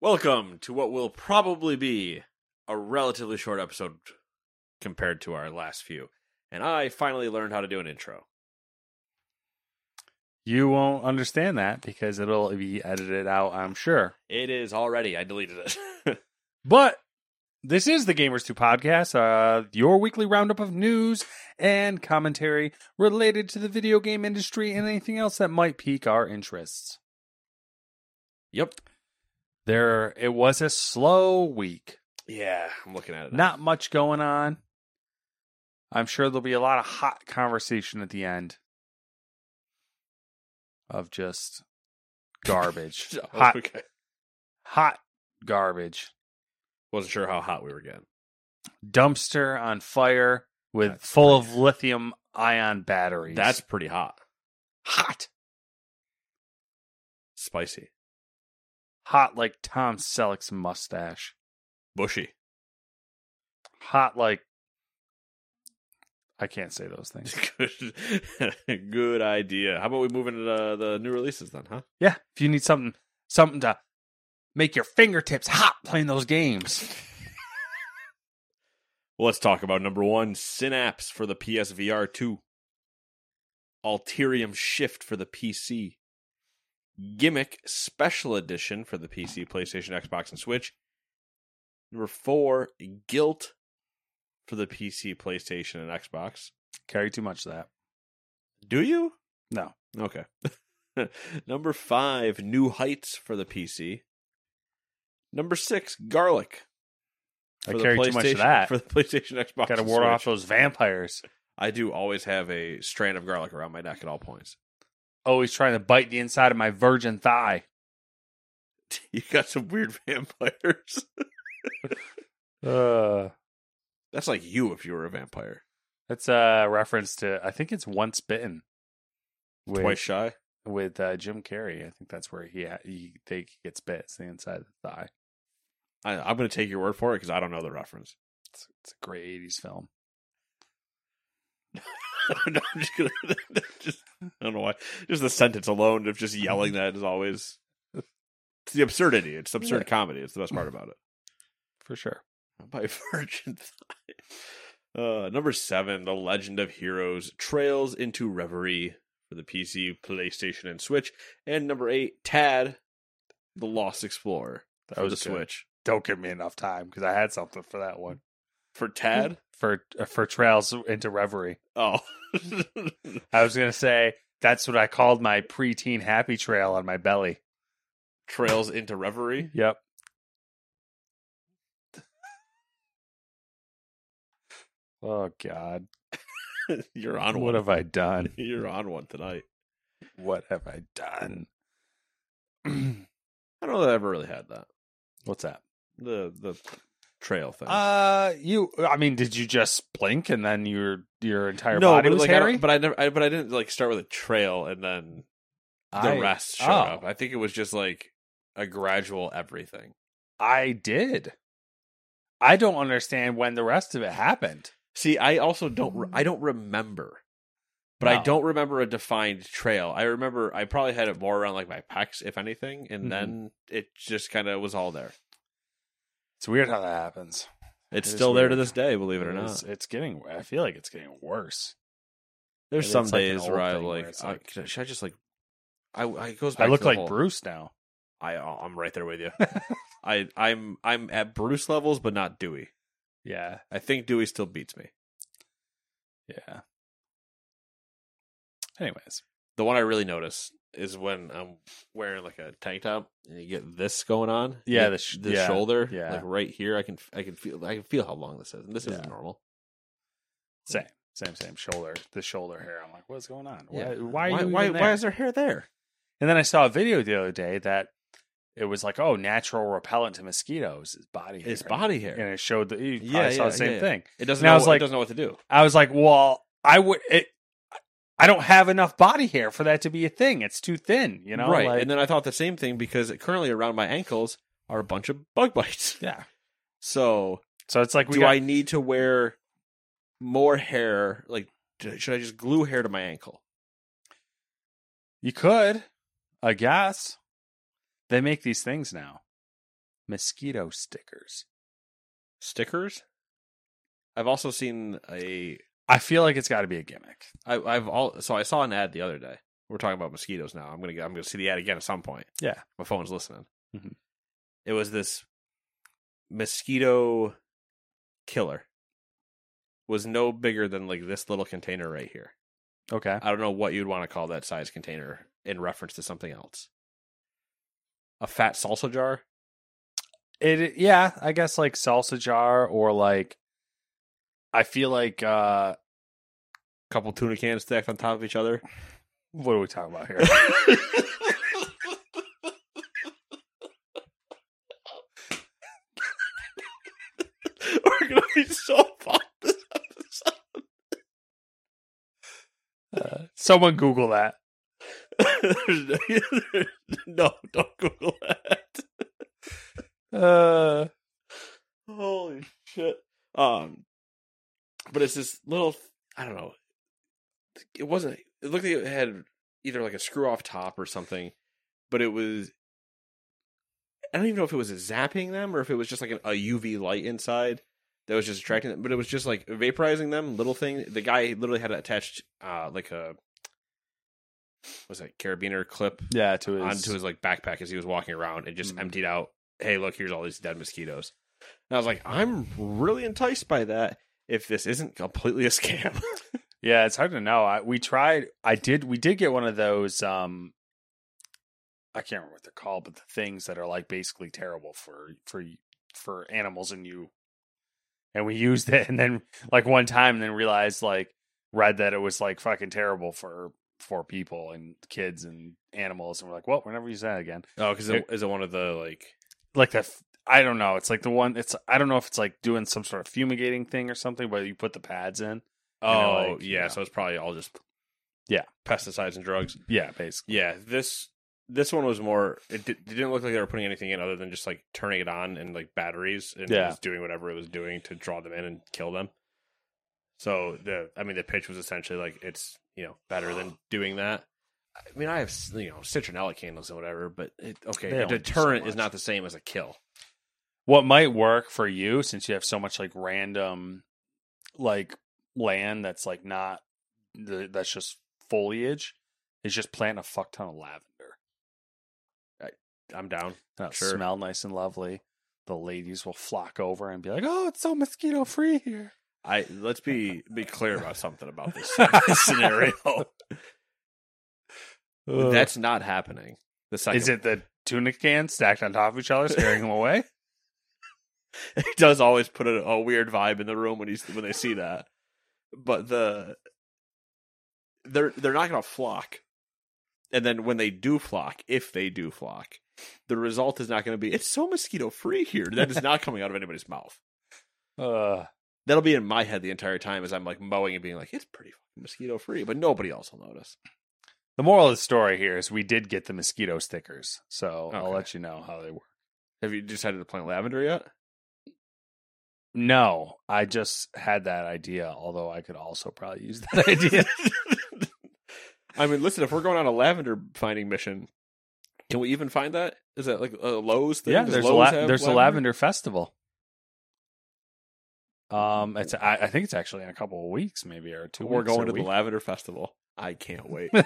Welcome to what will probably be a relatively short episode compared to our last few. And I finally learned how to do an intro. You won't understand that because it'll be edited out, I'm sure. It is already. I deleted it. But this is the Gamers 2 podcast, uh, your weekly roundup of news and commentary related to the video game industry and anything else that might pique our interests. yep. There, it was a slow week. Yeah, I'm looking at it. now. Not much going on. I'm sure there'll be a lot of hot conversation at the end of just garbage. Oh, hot, okay. hot garbage. Wasn't sure how hot we were getting. dumpster on fire with That's full of lithium ion batteries. That's pretty hot. hot. Spicy. Hot like Tom Selleck's mustache. Bushy. Hot like I can't say those things. Good, good idea. How about we move into the, the new releases then, huh? Yeah, if you need something something to make your fingertips hot playing those games. Well, let's talk about number one Synapse for the PSVR 2, Alterium Shift for the PC, Gimmick Special Edition for the PC, PlayStation, Xbox, and Switch. Number four, Guilt for the PC, PlayStation, and Xbox. Carry too much of that. Do you? No. Okay. Number five, New Heights for the PC. Number six, Garlic. I for the carry too much of PlayStation- that. For the PlayStation, Xbox, Gotta and ward off Switch. those vampires. I do always have a strand of garlic around my neck at all points. Always trying to bite the inside of my virgin thigh. You got some weird vampires. Uh That's like you if you were a vampire. That's a reference to I think it's Once Bitten. With, Twice shy. with uh, Jim Carrey. I think that's where he, ha- he they he gets bit. It's the inside of the thigh. I, I'm going to take your word for it because I don't know the reference. It's, it's a great '80s film. No, I'm just going to. Just I don't know why. Just the sentence alone of just yelling that is always. It's the absurdity. It's absurd Yeah. comedy. It's the best part about it. for sure. by Virgin Thigh. Uh, number seven, The Legend of Heroes Trails into Reverie for the PC, PlayStation, and Switch. And number eight, Tad, The Lost Explorer That for the was good. Switch. Don't give me enough time because I had something for that one For Tad? for uh, for Trails into Reverie. Oh. I was gonna say that's what I called my preteen happy trail on my belly. Trails into Reverie? Yep. oh God, You're on one. what have I done? You're on one tonight. What have I done? I don't know that I ever really had that. What's that? The the trail thing. Uh, you. I mean, did you just blink and then your your entire no, body but was like, I hairy? don't, but I never, I, but I didn't like start with a trail and then the I- rest showed oh. up. I think it was just like a gradual everything. I did. I don't understand when the rest of it happened. See, I also don't re- I don't remember. But I No. don't remember a defined trail. I remember I probably had it more around like my pecs if anything and Mhm. then it just kind of was all there. It's weird how that happens. It's It is still there to weird. this day, believe it or It's, not. it's getting. I feel like it's getting worse. There's it's some like an days old where I thing where like, uh, it's I- like- should I just like I, I it goes back I to look the like whole- Bruce now. I uh, I'm right there with you. I I'm I'm at Bruce levels, but not Dewey. Yeah, I think Dewey still beats me. yeah. Anyways, The one I really notice is when I'm wearing like a tank top and you get this going on. You Yeah, get the sh- this yeah, shoulder, yeah. like right here. I can I can feel I can feel how long this is, and this Yeah. isn't normal. same, same, same. Shoulder, the shoulder hair. I'm like, what's going on? Yeah. why Why? Why? Are you why, even there? why is there hair there? And then I saw a video the other day that it was like, oh, natural repellent to mosquitoes is body hair. It's body hair. And it showed the you Yeah, probably saw yeah, the same yeah, yeah. thing. It doesn't. And I Know, was what- like- it doesn't know what to do. I was like, well, I would it I don't have enough body hair for that to be a thing. It's too thin, you know? right? Like, and then I thought the same thing because currently around my ankles are a bunch of bug bites. yeah. So So it's like we do got- I need to wear more hair? Like, d- should I just glue hair to my ankle? you could, I guess. They make these things now. Mosquito stickers. Stickers. I've also seen a. I feel like it's gotta be a gimmick. I, I've all. So I saw an ad the other day. We're talking about mosquitoes now. I'm gonna. go- I'm gonna see the ad again at some point. Yeah. My phone's listening. Mhm. It was this mosquito killer. Was no bigger than like this little container right here. Okay. I don't know what you'd want to call that size container in reference to something else. A fat salsa jar. It yeah, I guess like salsa jar or like I feel like uh couple tuna cans stacked on top of each other. what are we talking about here? We're gonna be so fucked. this episode. Uh, someone Google that. There's no, no, don't Google that. Uh Holy shit. Um, but it's this little. I don't know. It wasn't. It looked like it had either like a screw off top or something, but it was. I don't even know if it was zapping them or if it was just like an, a UV light inside that was just attracting them. But it was just like vaporizing them. Little thing. The guy literally had it attached uh like a. Was it carabiner clip yeah, to his onto his like backpack as he was walking around and just Mhm. emptied out. Hey, look, here's all these dead mosquitoes. And I was like, I'm really enticed by that. If this isn't completely a scam, Yeah, it's hard to know. I, we tried. I did. We did get one of those. Um, I can't remember what they're called, but the things that are like basically terrible for for for animals and you. And we used it, and then like one time, and then realized like read that it was like fucking terrible for for people and kids and animals, and we're like, well, we're never use that again. oh, because it- is it one of the like? Like that. I don't know. It's like the one. It's I don't know if it's like doing some sort of fumigating thing or something, but you put the pads in. Oh like, yeah, yeah. so it's probably all just Yeah. pesticides and drugs. Yeah, basically. Yeah, this this one was more. It, di- it didn't look like they were putting anything in other than just like turning it on and like batteries and Yeah. it was doing whatever it was doing to draw them in and kill them. So the I mean the pitch was essentially like it's you know better than doing that. I mean I have s- you know citronella candles and whatever, but it, They okay, a don't do so deterrent is much. not the same as a kill. what might work for you since you have so much like random like land that's like not th- that's just foliage is just plant a fuck ton of lavender I'm down. that Sure. smell nice and lovely the ladies will flock over and be like oh it's so mosquito free here I let's be be clear about something about this, this scenario. That's not happening. The second is it the tuna cans stacked on top of each other scaring them away he does always put a, a weird vibe in the room when he's when they see that. But the they're they're not going to flock, and then when they do flock, if they do flock, the result is not going to be it's so mosquito free here. That is not coming out of anybody's mouth. uh That'll be in my head the entire time as I'm like mowing and being like it's pretty mosquito free, but nobody else will notice. the moral of the story here is we did get the mosquito stickers so i'll Okay. let you know how they work Have you decided to plant lavender yet? No, I just had that idea, although I could also probably use that idea. I mean, listen, if we're going on a lavender finding mission, can we even find that? Is that like a Lowe's thing? yeah, Does there's a Lowe's la- have there's a lavender festival. Um, it's I, I think it's actually in a couple of weeks, maybe or two. Mm-hmm. We're weeks or going to a the week. lavender festival. I can't wait.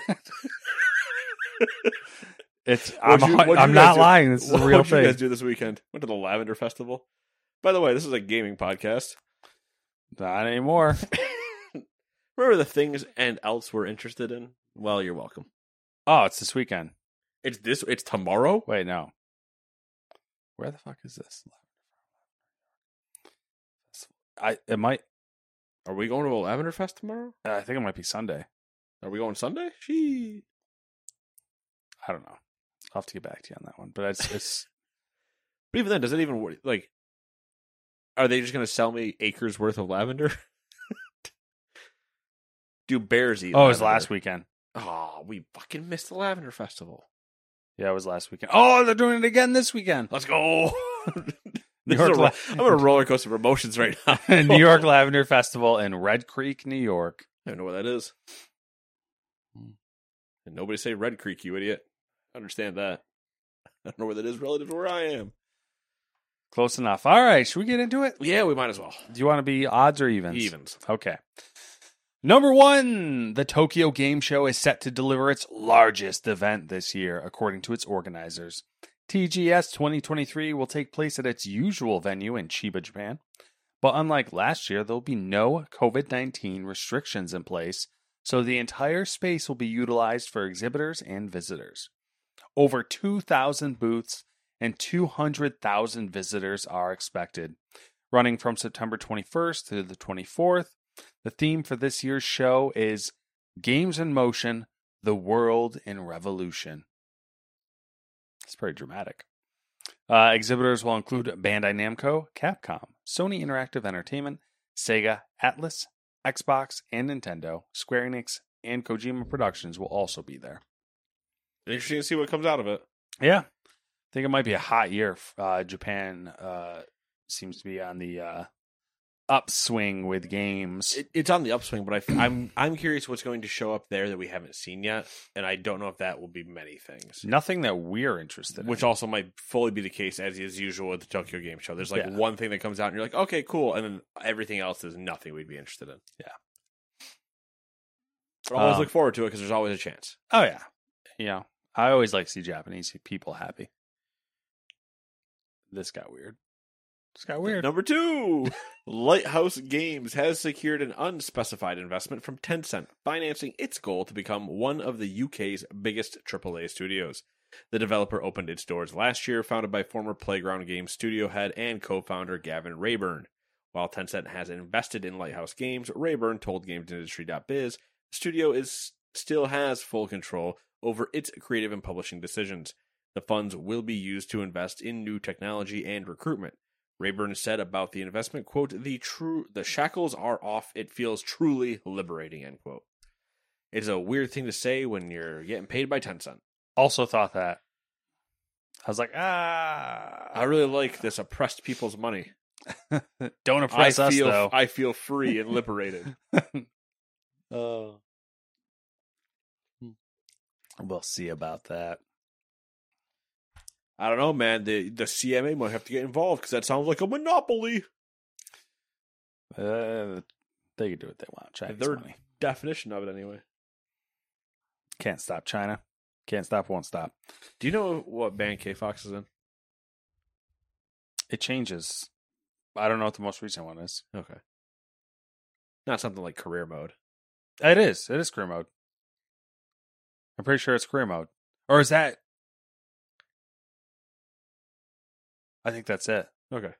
It's I'm, What'd you- what'd you guys I'm not do? lying. This is a what real did you guys thing. do this weekend? Went to the Lavender Festival. By the way, this is a gaming podcast. Not anymore. Remember the things and else we're interested in? Well, you're welcome. Oh, it's this weekend. It's this. It's tomorrow. Wait, no. Where the fuck is this? I it might. Are we going to a Lavender Fest tomorrow? I think it might be Sunday. Are we going Sunday? She. I don't know. I'll have to get back to you on that one. But it's it's But even then, does it even work? Like, are they just going to sell me acres worth of lavender? Do bears eat? oh, it was lavender? last weekend. Oh, we fucking missed the Lavender Festival. Yeah, it was last weekend. Oh, they're doing it again this weekend. Let's go. New This is York a ro- I'm on a Lav- roller coaster of emotions right now. New York Lavender Festival in Red Creek, New York. I don't know where that is. Hmm. And nobody say Red Creek, you idiot. I understand that. I don't know where that is relative to where I am. Close enough. All right, should we get into it? Yeah, we might as well. Do you want to be odds or evens? Evens. Okay. Number one, the Tokyo Game Show is set to deliver its largest event this year, according to its organizers. TGS 2023 will take place at its usual venue in Chiba, Japan. But unlike last year, there'll be no COVID 19 restrictions in place, so the entire space will be utilized for exhibitors and visitors. Over 2,000 booths and 200,000 visitors are expected. Running from September 21st through the 24th, the theme for this year's show is Games in Motion, the World in Revolution. It's pretty dramatic. Uh, exhibitors will include Bandai Namco, Capcom, Sony Interactive Entertainment, Sega, Atlas, Xbox, and Nintendo. Square Enix and Kojima Productions will also be there. Interesting to see what comes out of it. Yeah, I think it might be a hot year. Uh, Japan uh, seems to be on the uh, upswing with games. it it's on the upswing, but I, am I'm curious what's going to show up there that we haven't seen yet, and I don't know if that will be many things. Nothing that we're interested Which in. also might fully be the case as is usual at the Tokyo Game Show. There's like Yeah. one thing that comes out, and you're like, okay, cool, and then everything else is nothing we'd be interested in. Yeah. but I always Um, look forward to it because there's always a chance. oh yeah, you know, I always like to see Japanese people happy. This got weird. This got weird. Number two, Lighthouse Games has secured an unspecified investment from Tencent, financing its goal to become one of the UK's biggest AAA studios. The developer opened its doors last year, founded by former Playground Games studio head and co founder Gavin Rayburn. While Tencent has invested in Lighthouse Games, Rayburn told GamesIndustry.biz the studio is still has full control over its creative and publishing decisions. The funds will be used to invest in new technology and recruitment. Rayburn said about the investment, quote, the true the shackles are off, it feels truly liberating, end quote. It's a weird thing to say when you're getting paid by Tencent. Also thought that. I was like, ah, I really like this oppressed people's money. don't I oppress us feel though. I feel free and liberated. Oh. We'll see about that. I don't know, man. The the CMA might have to get involved because that sounds like a monopoly. Uh, they can do what they want. China's They're- money. Definition of it anyway. Can't stop China. Can't stop, won't stop. Do you know what band K Fox is in? It changes. I don't know what the most recent one is. Okay. Not something like career mode. It is. It is career mode. I'm pretty sure it's career mode. Or is that? I think that's it. Okay.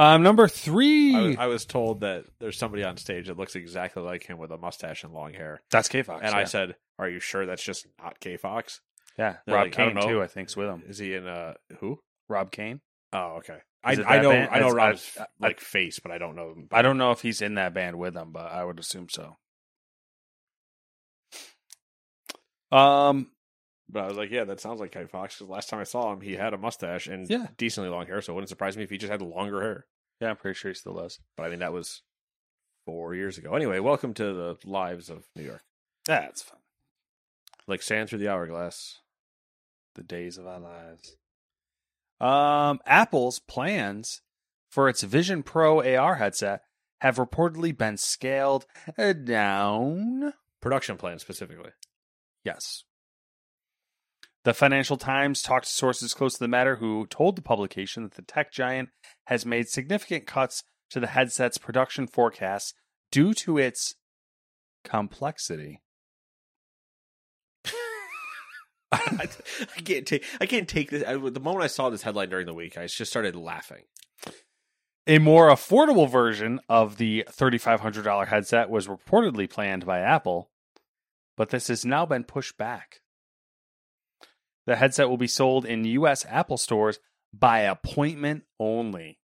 Um, number three. I was, I was told that there's somebody on stage that looks exactly like him with a mustache and long hair. that's K Fox. and yeah. I said, "Are you sure that's just not K Fox? yeah, they're Rob like, I don't Kane know. too. I think's with him. Is he in uh who? Rob Kane. Oh, okay. I, Is it I that know band? I know It's- Rob's I- I- like face, but I don't know. I don't know if he's in that band with them, but I would assume so. Um, But I was like, yeah, that sounds like K Fox because last time I saw him, he had a mustache and Yeah. decently long hair. So it wouldn't surprise me if he just had longer hair. yeah, I'm pretty sure he still does. But I mean, that was four years ago. Anyway, welcome to the lives of New York, That's fun. like sand through the hourglass. the days of our lives. Um, Apple's plans for its Vision Pro AR headset have reportedly been scaled uh, down. Production plan specifically. Yes. The Financial Times talked to sources close to the matter who told the publication that the tech giant has made significant cuts to the headset's production forecasts due to its complexity. I, I can't take. I can't take this. I, the moment I saw this headline during the week, I just started laughing. A more affordable version of the $3,500 headset was reportedly planned by Apple, but this has now been pushed back. The headset will be sold in U.S. Apple stores by appointment only,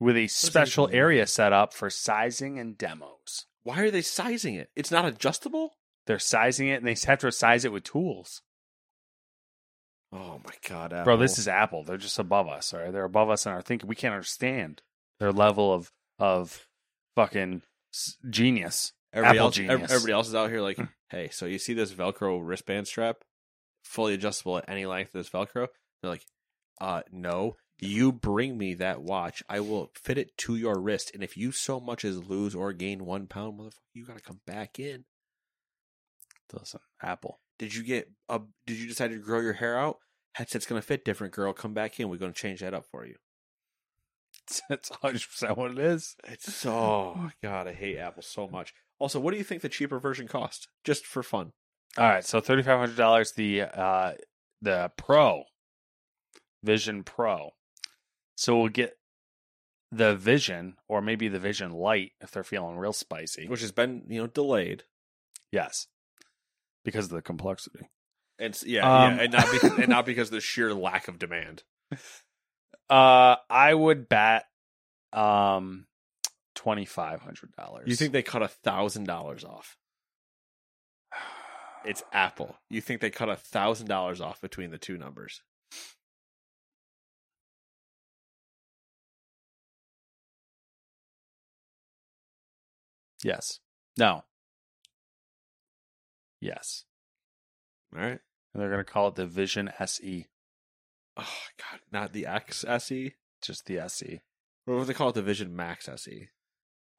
with a special area set up for sizing and demos. Why are they sizing it? It's not adjustable. They're sizing it and they have to size it with tools. Oh my god, Apple. Bro, this is Apple. They're just above us. All right, they're above us in our thinking. We can't understand their level of of fucking s- genius. everybody Apple else. ev- genius. Everybody else is out here like, hey, so you see this Velcro wristband strap, fully adjustable at any length. of This Velcro. They're like, uh, no. You bring me that watch, I will fit it to your wrist, and if you so much as lose or gain one pound, motherfucker, you gotta come back in. Listen, Apple. Did you get a? Did you decide to grow your hair out? Headset's gonna fit different, girl. Come back in. We're gonna change that up for you. That's hundred percent what it is. It's so oh my god, I hate Apple so much. Also, what do you think the cheaper version cost? Just for fun. All right, so thirty five hundred dollars. The uh the Pro Vision Pro. So we'll get the Vision or maybe the Vision Light if they're feeling real spicy. Which has been, you know, delayed. Yes, because of the complexity. And s- yeah, Um, yeah, and not because and not because of the sheer lack of demand. Uh, I would bet um twenty five hundred dollars. You think they cut a thousand dollars off. It's Apple. You think they cut a thousand dollars off between the two numbers. yes? No. Yes, All right. and they're gonna call it the Vision E. SE, Oh god, not the X SE. just the E. SE. What would they call it? The Vision Max E? SE.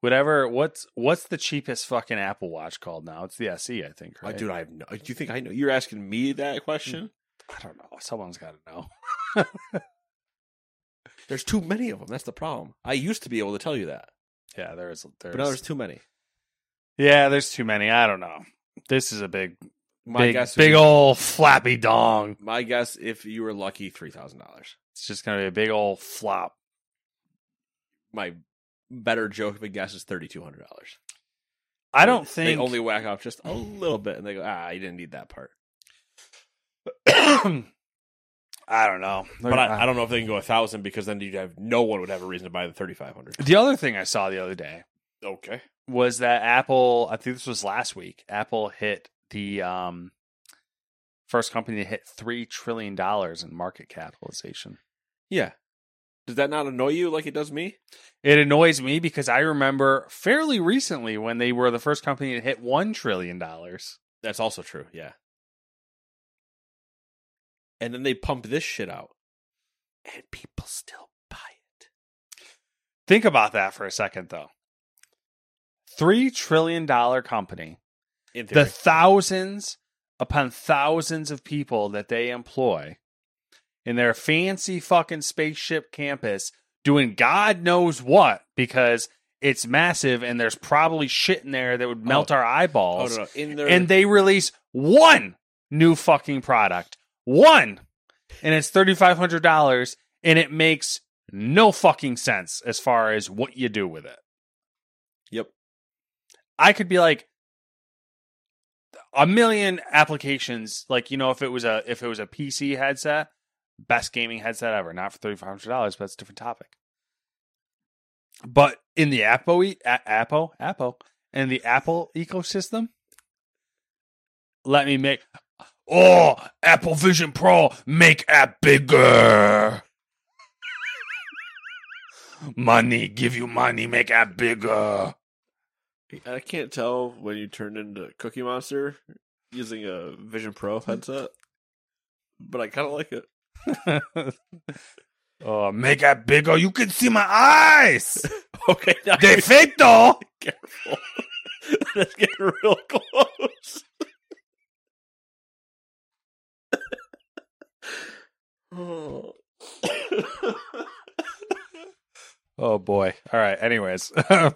Whatever. What's what's the cheapest fucking Apple Watch called now? It's the SE, I think. Oh, Right? dude, I have no. Do you think I know? You're asking me that question? I don't know. Someone's got to know. There's too many of them. That's the problem. I used to be able to tell you that, Yeah, there is. There's, but now there's too many. yeah, there's too many. I don't know. This is a big, My big, guess, big is- old flappy dong. My guess, if you were lucky, three thousand dollars. It's just gonna be a big old flop. My better joke of a guess is thirty two hundred dollars. I don't they think only whack off just a little bit, and they go, ah, you didn't need that part. I don't know. But I, I don't know if they can go a thousand because then you'd have no one would have a reason to buy the thirty five hundred. The other thing I saw the other day Okay, was that Apple, I think this was last week, Apple hit the um, first company to hit $3 trillion in market capitalization. yeah. Does that not annoy you like it does me? It annoys me because I remember fairly recently when they were the first company to hit $1 trillion. That's also true. Yeah. And then they pump this shit out, and people still buy it. Think about that for a second, though. $3 trillion company In the theory, thousands upon thousands of people that they employ in their fancy fucking spaceship campus doing God knows what because it's massive and there's probably shit in there that would melt Oh. our oh, eyeballs. no, no. in their And they release one new fucking product. One. And it's $3,500 and it makes no fucking sense as far as what you do with it. yep. I could be like a million applications. Like you know, if it was a if it was a PC headset, best gaming headset ever. Not for thirty five hundred dollars, but it's a different topic. But in the Apple e- a- Apple Apple and the Apple ecosystem, let me make. Oh, Apple Vision Pro, make app bigger. money, give you money, make app bigger. I can't tell when you turned into Cookie Monster using a Vision Pro headset, but I kind of like it. Oh, make that bigger. You can see my eyes. Okay, now De you're facto. careful. Let's get real close. Oh boy. All right. Anyways, Gotta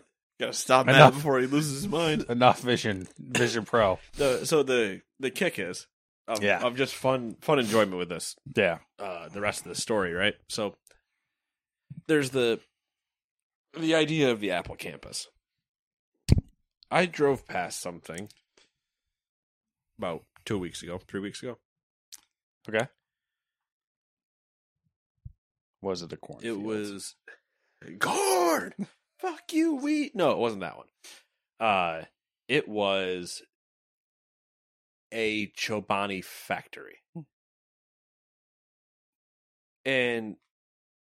stop Matt Enough. before he loses his mind. enough Vision Vision Pro. The, so the the kick is of, Yeah. of just fun fun enjoyment with this. Yeah. uh, the rest of the story, right? So there's the the idea of the Apple campus. I drove past something about two weeks ago, three weeks ago. Okay. Was it a corn? It was corn. Fuck you, wheat. No, it wasn't that one. Uh, it was a Chobani factory, and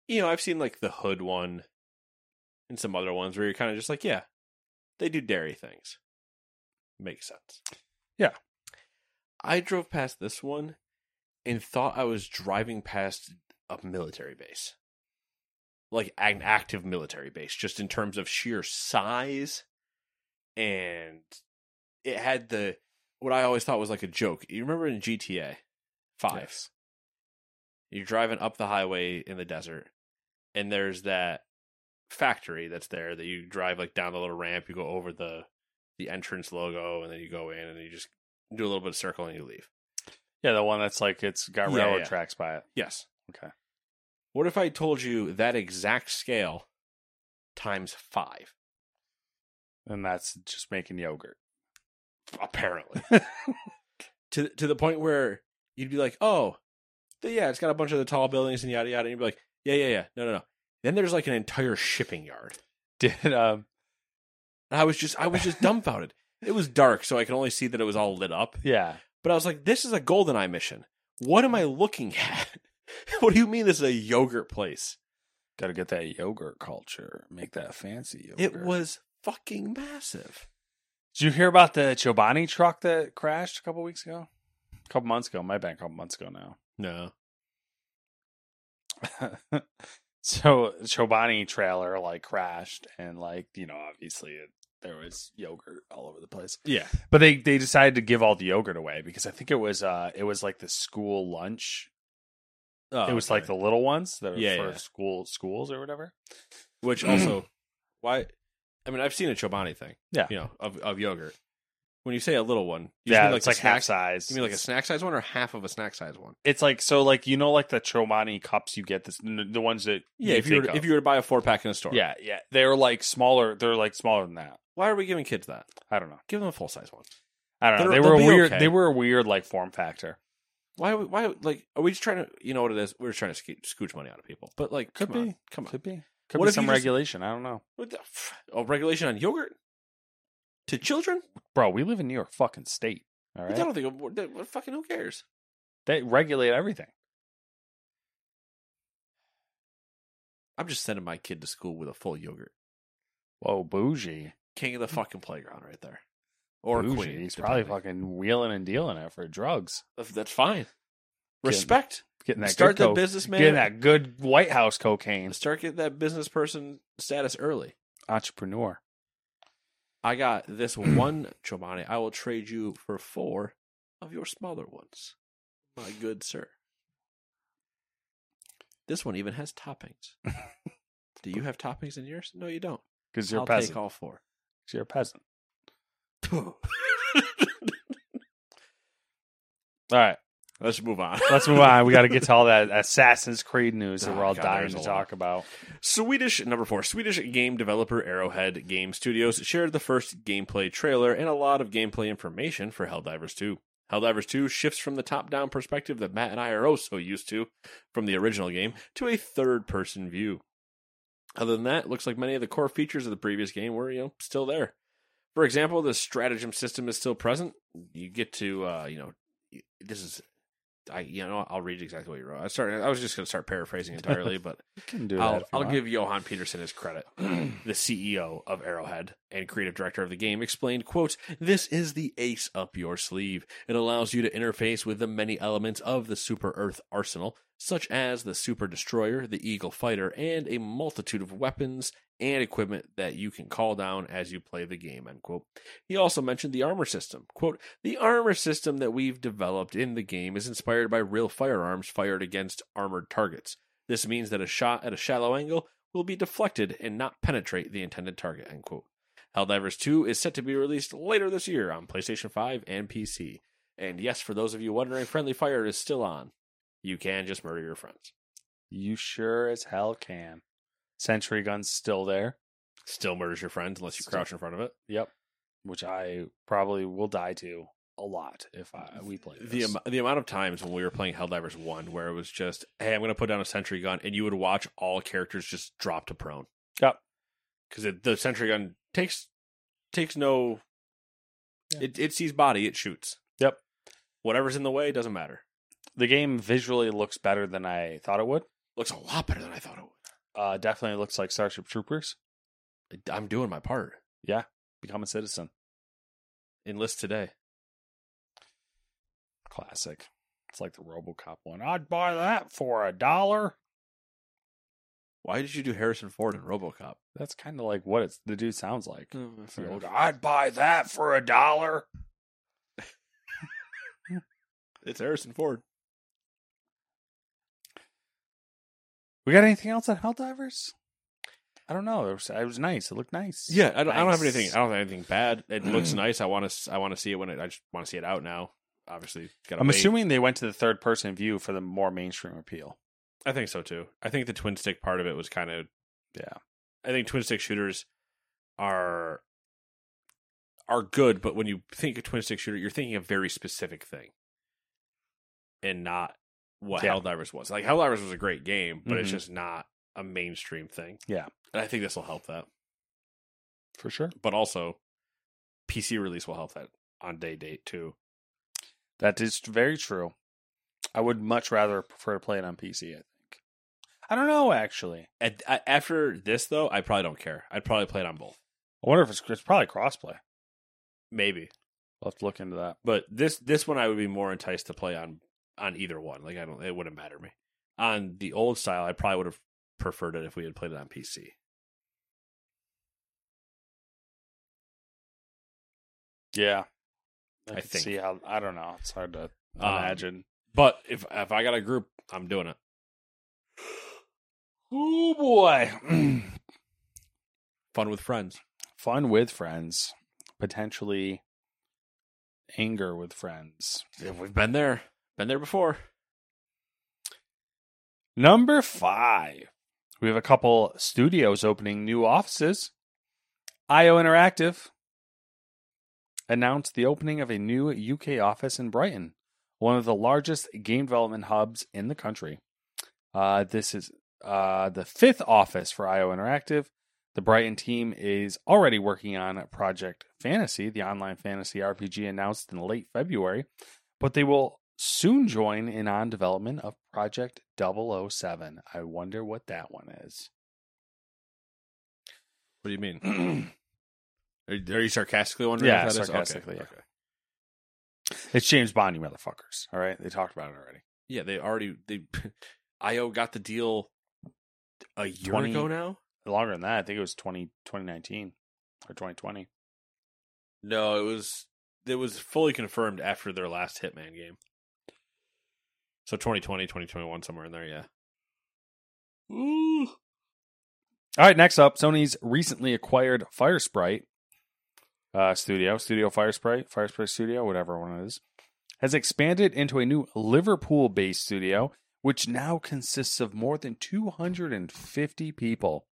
you know I've seen like the Hood one, and some other ones where you're kind of just like, yeah, they do dairy things. Makes sense. Yeah. I drove past this one and thought I was driving past a military base like an active military base, just in terms of sheer size. And it had the what I always thought was like a joke. You remember in GTA Five, Yes. you're driving up the highway in the desert, and there's that factory that's there that you drive like down the little ramp, you go over the the entrance logo, and then you go in and you just do a little bit of circle and you leave. Yeah, the one that's like it's got Yeah, railroad yeah. tracks by it. Yes. Okay. What if I told you that exact scale times five? And that's just making yogurt. apparently to to the point where you'd be like oh th- yeah it's got a bunch of the tall buildings and yada yada and you'd be like yeah yeah yeah no no no then there's like an entire shipping yard Did um and i was just i was just dumbfounded it was dark so i could only see that it was all lit up yeah. but i was like this is a goldeneye mission what am i looking at what do you mean this is a yogurt place Got to get that yogurt culture. Make that fancy yogurt. it was fucking massive Did you hear about the Chobani truck that crashed a couple weeks ago? A couple months ago. My bad. A couple months ago now. no so Chobani trailer like crashed and like you know obviously it, there was yogurt all over the place. yeah But they they decided to give all the yogurt away because I think it was uh it was like the school lunch. Oh, it was like okay. the little ones that are Yeah, for yeah. school schools or whatever. Mm. which also why i mean i've seen a chobani thing Yeah. you know of, of yogurt when you say a little one you just yeah, mean it's the like snack, half size. you mean like a It's- snack size one or half of a snack size one It's like so like you know like the Chobani cups you get this n- the ones that if you were think to- of. if you were to buy a four pack in a store yeah yeah they're like smaller they're like smaller than that. why are we giving kids that I don't know. give them a full size one I don't know. They're- they were a they'll be weird. okay. They were a weird like form factor. why we- why like are we just trying to you know what it is we're just trying to sco- scooch money out of people but like Could come on be. come on Could be. Could What be if you some just- regulation. I don't know, what the f- oh regulation on yogurt to children bro. We live in New York fucking state. All i right, don't think what- what fucking who cares they regulate everything. i'm just sending my kid to school with a full yogurt Whoa, bougie. king of the fucking playground right there or Hmm. bougie. queen He's depending. probably fucking wheeling and dealing it for drugs. That's, that's fine. Get- Respect. Getting that start good that co- businessman. Getting that good White House cocaine. Start getting that business person status early. Entrepreneur. I got this one, Chobani. I will trade you for four of your smaller ones, my good sir. This one even has toppings. Do you have toppings in yours? No, you don't. Because you're I'll a peasant. take all four. 'Cause you're a peasant. All right, Let's move on. let's move on. We got to get to all that Assassin's Creed news that Oh, we're all God, dying there's to a talk lot. about. Swedish number four, Swedish game developer Arrowhead Game Studios shared the first gameplay trailer and a lot of gameplay information for Helldivers 2. Helldivers 2 shifts from the top down perspective that Matt and I are oh so used to from the original game to a third person view. Other than that, it looks like many of the core features of the previous game were, you know, still there. For example, the stratagem system is still present. You get to, uh, you know, this is, I, you know, I'll read exactly what you wrote. I started, I was just going to start paraphrasing entirely, but You can do I'll, that. if you I'll want. give Johan Peterson his credit. the CEO of Arrowhead and creative director of the game explained, quote, This is the ace up your sleeve. It allows you to interface with the many elements of the Super Earth arsenal, such as the Super Destroyer, the Eagle Fighter, and a multitude of weapons and equipment that you can call down as you play the game, end quote. He also mentioned the armor system. Quote, the armor system that we've developed in the game is inspired by real firearms fired against armored targets. This means that a shot at a shallow angle will be deflected and not penetrate the intended target. End quote. Helldivers 2 is set to be released later this year on PlayStation 5 and PC. And yes, for those of you wondering, friendly fire is still on. You can just murder your friends. You sure as hell can. Century gun's still there. Still murders your friends unless you Still- crouch in front of it. Yep. Which I probably will die to a lot if I we play this. the am- the amount of times when we were playing Helldivers One, where it was just, hey, I'm going to put down a sentry gun, and you would watch all characters just drop to prone. Yep. because the sentry gun takes takes no, Yeah. it it sees body, it shoots. Yep. whatever's in the way doesn't matter. the game visually looks better than I thought it would. Looks a lot better than I thought it would. Uh, definitely looks like Starship Troopers. I'm doing my part. Become a citizen. Enlist today. Classic. It's like the RoboCop one. I'd buy that for a dollar. Why did you do Harrison Ford and RoboCop? Oh, That's kind of like what it's the dude sounds like. fair Old, enough. I'd buy that for a dollar. It's Harrison Ford. We got anything else on Helldivers? I don't know. It was, it was nice. It looked nice. Yeah, I don't, I don't have Nice. Mm. anything. I don't have anything bad. It looks nice. I want to. I want to see it when it. I just want to see it out now. Obviously, gotta I'm wait. assuming they went to the third person view for the more mainstream appeal. I think so too. I think the twin stick part of it was kind of. Yeah. I think twin stick shooters are are good, but when you think of twin stick shooter, you're thinking a very specific thing, and not what Yeah. Helldivers was. Like Helldivers was a great game, but it's Mhm. just not a mainstream thing. Yeah. and I think this will help that. For sure. But also, PC release will help that on day date too. That is very true. I would much rather prefer to play it on PC, I think. I don't know, actually. At, a- after this, though, I probably don't care. I'd probably play it on both. I wonder if it's, it's probably crossplay. Maybe. We'll have to look into that. But this this one I would be more enticed to play on on either one. Like I don't it wouldn't matter to me. On the old style, I probably would have preferred it if we had played it on PC. Yeah. I, I could think. see how I don't know. It's hard to Um, imagine. But if if I got a group, I'm doing it. Oh boy. Fun with friends. Fun with friends. Potentially anger with friends. Yeah, We've been there. Been there before. Number five. We have a couple studios opening new offices. IO Interactive announced the opening of a new UK office in Brighton, one of the largest game development hubs in the country. Uh, this is uh, the fifth office for IO Interactive. The Brighton team is already working on Project Fantasy, the online fantasy RPG announced in late February, but they will soon join in on development of Project 007. I wonder what that one is. What do you mean? Are, are you sarcastically wondering? Yeah, what that is? sarcastically, yeah. Okay. It's James Bond, you motherfuckers. All right, they talked about it already. Yeah, they already they IO got the deal a year 20 ago now. Longer than that, I think it was 20, 2019 or twenty twenty. No, it was it was fully confirmed after their last Hitman game. So 2020, 2021, somewhere in there, yeah. All right, next up, Sony's recently acquired FireSprite uh, studio, Studio FireSprite, FireSprite Studio, whatever one it is, has expanded into a new Liverpool-based studio, which now consists of more than 250 people.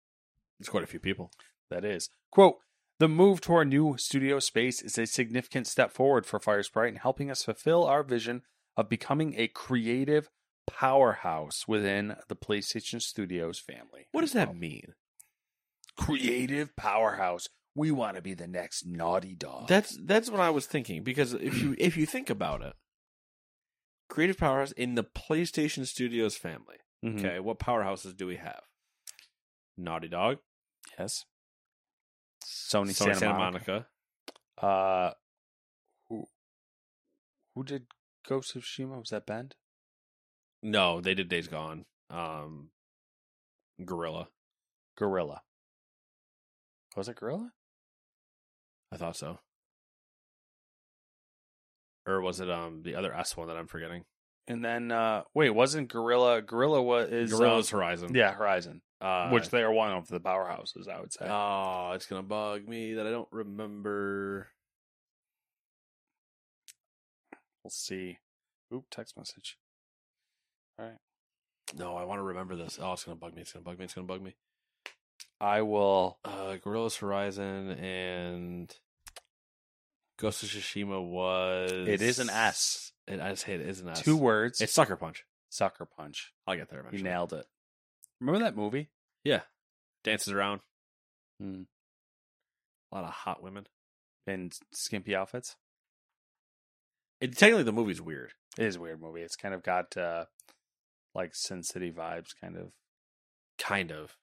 It's quite a few people. That is. Quote The move to our new studio space is a significant step forward for Firesprite in helping us fulfill our vision of becoming a creative powerhouse within the PlayStation Studios family. What does that mean? Creative powerhouse. We want to be the next naughty dog. That's that's what I was thinking because if you if you think about it, creative powerhouse in the PlayStation Studios family. Mhm. Okay, what powerhouses do we have? Naughty Dog, Yes. Sony, Sony Santa, Santa, Monica. Monica. Uh who who did Ghost of Tsushima? Was that Bend? No, they did Days Gone. Um, Gorilla. Gorilla. Was it Gorilla? I thought so. Or was it um the other S one that I'm forgetting? and then uh wait, wasn't Gorilla Gorilla was is Gorilla's um, Horizon. yeah Horizon, Uh, Uh, which they are one of the powerhouses, I would say. Oh, it's gonna bug me that I don't remember. we'll see. Oop, text message. No, I want to remember this. Oh, it's gonna bug me. It's gonna bug me. It's gonna bug me. I will. Uh, Gorilla's Horizon and Ghost of Tsushima was. It is an S. It, I just hate it. It's an S. Two words. It's Sucker Punch. sucker punch. I'll get there eventually. You nailed it. Remember that movie? Yeah, dances around. Mm. A lot of hot women. In skimpy outfits. It, technically, the movie's weird. It is a weird movie. It's kind of got uh like Sin City vibes, kind of Kind of.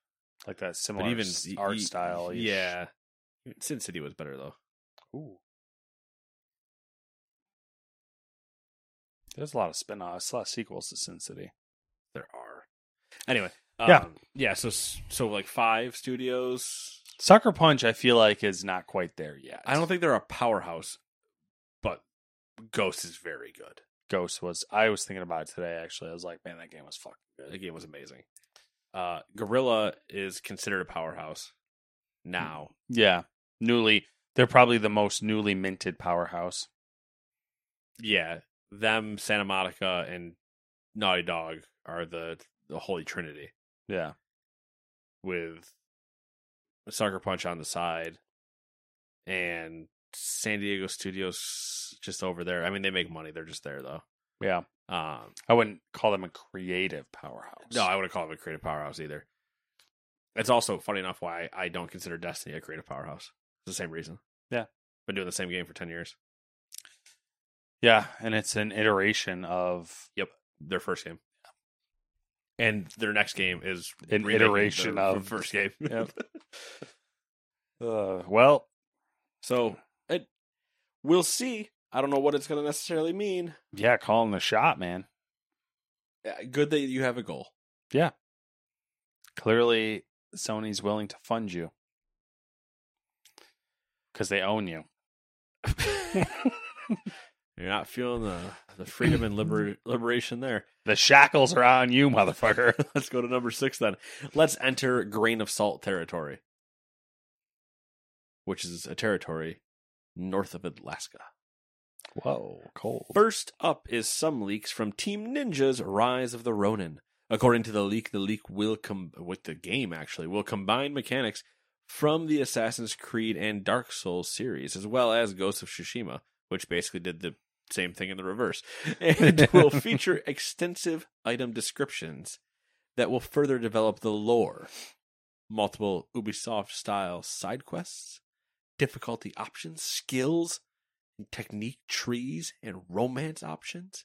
like that But similar even s- y- art y- style. Yeah. Sin City was better though. Ooh. There's a lot of spin-offs, a lot of sequels to Sin City. There are. Anyway. Yeah. um, Yeah. So s- so like five studios. Sucker Punch, I feel like, is not quite there yet. I don't think they're a powerhouse, but Ghost is very good. Ghost was. I was thinking about it today. Actually, I was like, man, that game was fucking good. That game was amazing. Uh, Gorilla is considered a powerhouse now. Yeah, newly. They're probably the most newly minted powerhouse. Yeah, them, Santa Monica, and Naughty Dog are the the holy trinity Yeah, with Sucker Punch on the side and San Diego Studios just over there. I mean, they make money. They're just there though. yeah. Um, I wouldn't call them a creative powerhouse. No, I wouldn't call it a creative powerhouse either. It's also funny enough why I don't consider Destiny a creative powerhouse. It's the same reason. Yeah. Been doing the same game for 10 years. yeah, and it's an iteration of Their first game. And their next game is An remaking their iteration of- first game. Yep. uh, well, so it, we'll see. I don't know what it's going to necessarily mean. yeah, calling the shot, man. Uh, Good that you have a goal. Clearly, Sony's willing to fund you because they own you. You're not feeling the, the freedom and liber- liberation there. The shackles are on you, motherfucker. Let's go to number six then. Let's enter grain of salt territory, which is a territory north of Alaska. Whoa, cold. First up is some leaks from Team Ninja's Rise of the Ronin. According to the leak, the leak will com- with the game actually will combine mechanics from the Assassin's Creed and Dark Souls series, as well as Ghost of Tsushima, which basically did the same thing in the reverse, and it will feature extensive item descriptions that will further develop the lore. Multiple Ubisoft-style side quests, difficulty options, skills, and technique trees and romance options.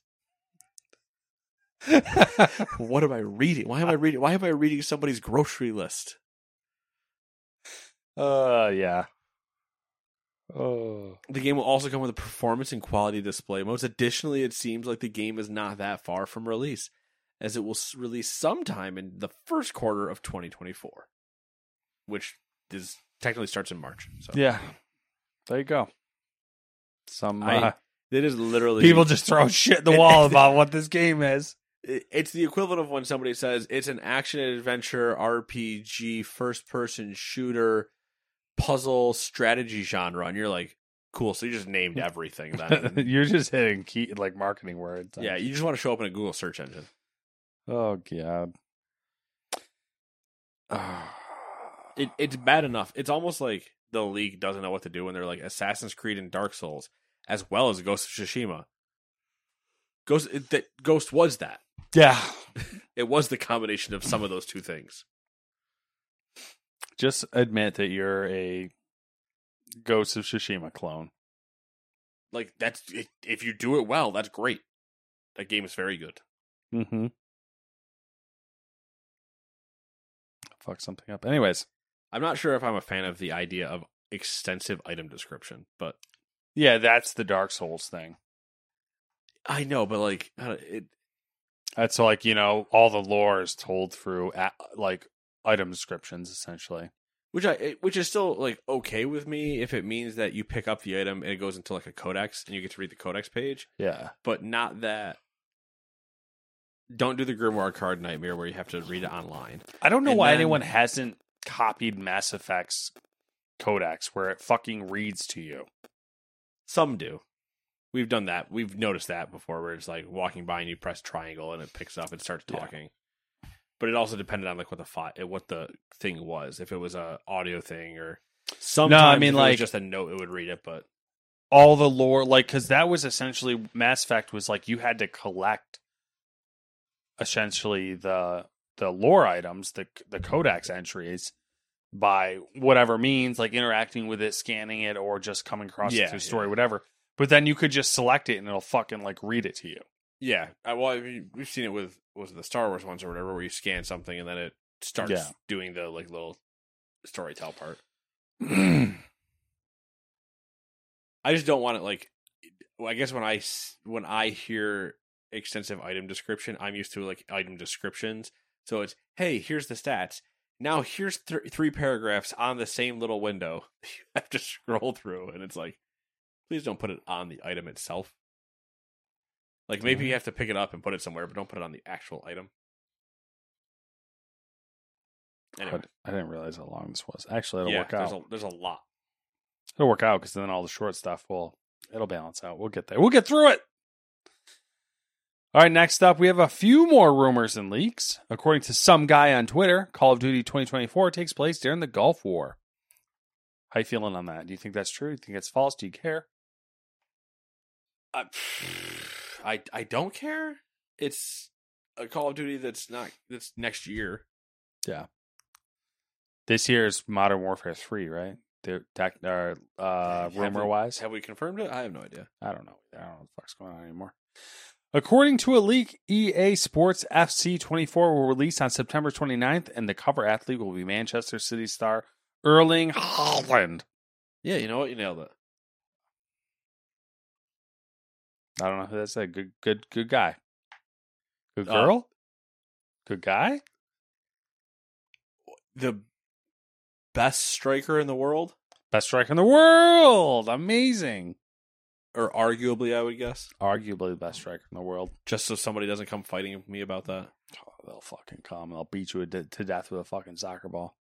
What am I reading? Why am I reading? Why am I reading somebody's grocery list? Uh, yeah. Oh, The game will also come with a performance and quality display modes. Additionally, it seems like the game is not that far from release, as it will s- release sometime in the first quarter of 2024, which is technically starts in March. So yeah. There you go. Some I- uh, it is literally people just throw shit at the wall about what this game is. it- it's the equivalent of when somebody says it's an action and adventure RPG first person shooter puzzle strategy genre and you're like cool so you just named everything then You're just hitting key like marketing words. yeah you just want to show up in a Google search engine Oh god. it, it's bad enough it's almost like the league doesn't know what to do when they're like Assassin's Creed and Dark Souls as well as Ghost of Tsushima Ghost it, that Ghost was that yeah. it was the combination of some of those two things Just admit that you're a Ghost of Tsushima clone. like that's it, if you do it well that's great that game is very good Mm-hmm. Fuck something up. Anyways. I'm not sure if I'm a fan of the idea of extensive item description, but Yeah, that's the Dark Souls thing. I know, but like I don't- it, That's like you know, all the lore is told through a like item descriptions, essentially. which I it, which is still like okay with me if it means that you pick up the item and it goes into like a codex and you get to read the codex page, Yeah, but not that Don't do the Grimoire card nightmare where you have to read it online. I don't know And why then- anyone hasn't copied Mass Effect's codex where it fucking reads to you. Some do. We've done that. We've noticed that before where it's like walking by and you press triangle and it picks up and starts Yeah. talking. But it also depended on like what the fi- eh, what the thing was. If it was a audio thing or sometimes I if mean, it was like- just a note it would read it, but All the lore, like, because that was essentially Mass Effect was like you had to collect essentially the the lore items, the the codex entries by whatever means, like interacting with it, scanning it, or just coming across Yeah, it through story, yeah. whatever. But then you could just select it and it'll fucking like read it to you. Yeah, I, well, I mean, we've seen it with was it the Star Wars ones or whatever, where you scan something and then it starts Yeah. doing the like little story tell part. I just don't want it like. well, I guess when I s- when I hear extensive item description, I'm used to like item descriptions. So it's hey, here's the stats. Now here's th- three paragraphs on the same little window. You have to scroll through, and it's like, please don't put it on the item itself. Like maybe Mm-hmm. you have to pick it up and put it somewhere, but don't put it on the actual item. Anyway, God, I didn't realize how long this was. Actually, it'll yeah, work out. there's a, there's a lot. It'll work out because then all the short stuff will it'll balance out. We'll get there. We'll get through it. All right, next up, we have a few more rumors and leaks. According to some guy on Twitter, Call of Duty 2024 takes place during the Gulf War. How you feeling on that? Do you think that's true? Do you think it's false? Do you care? I, Uh, I I don't care. It's a Call of Duty that's not that's next year. This year is Modern Warfare 3, right? The tech, uh, uh, Have we- rumor wise. have we confirmed it? I have no idea. I don't know. I don't know what the fuck's going on anymore. According to a leak, EA Sports FC 24 will release on September 29th, and the cover athlete will be Manchester City star Erling Haaland. Yeah, you know what? You nailed it. I don't know who that's. A good, good, good guy. Good Uh, girl. good guy. The best striker in the world, Best striker in the world. Amazing. or arguably, I would guess. Arguably the best striker in the world. Just so somebody doesn't come fighting me about that. Oh, they'll fucking come. They'll beat you to to death with a fucking soccer ball.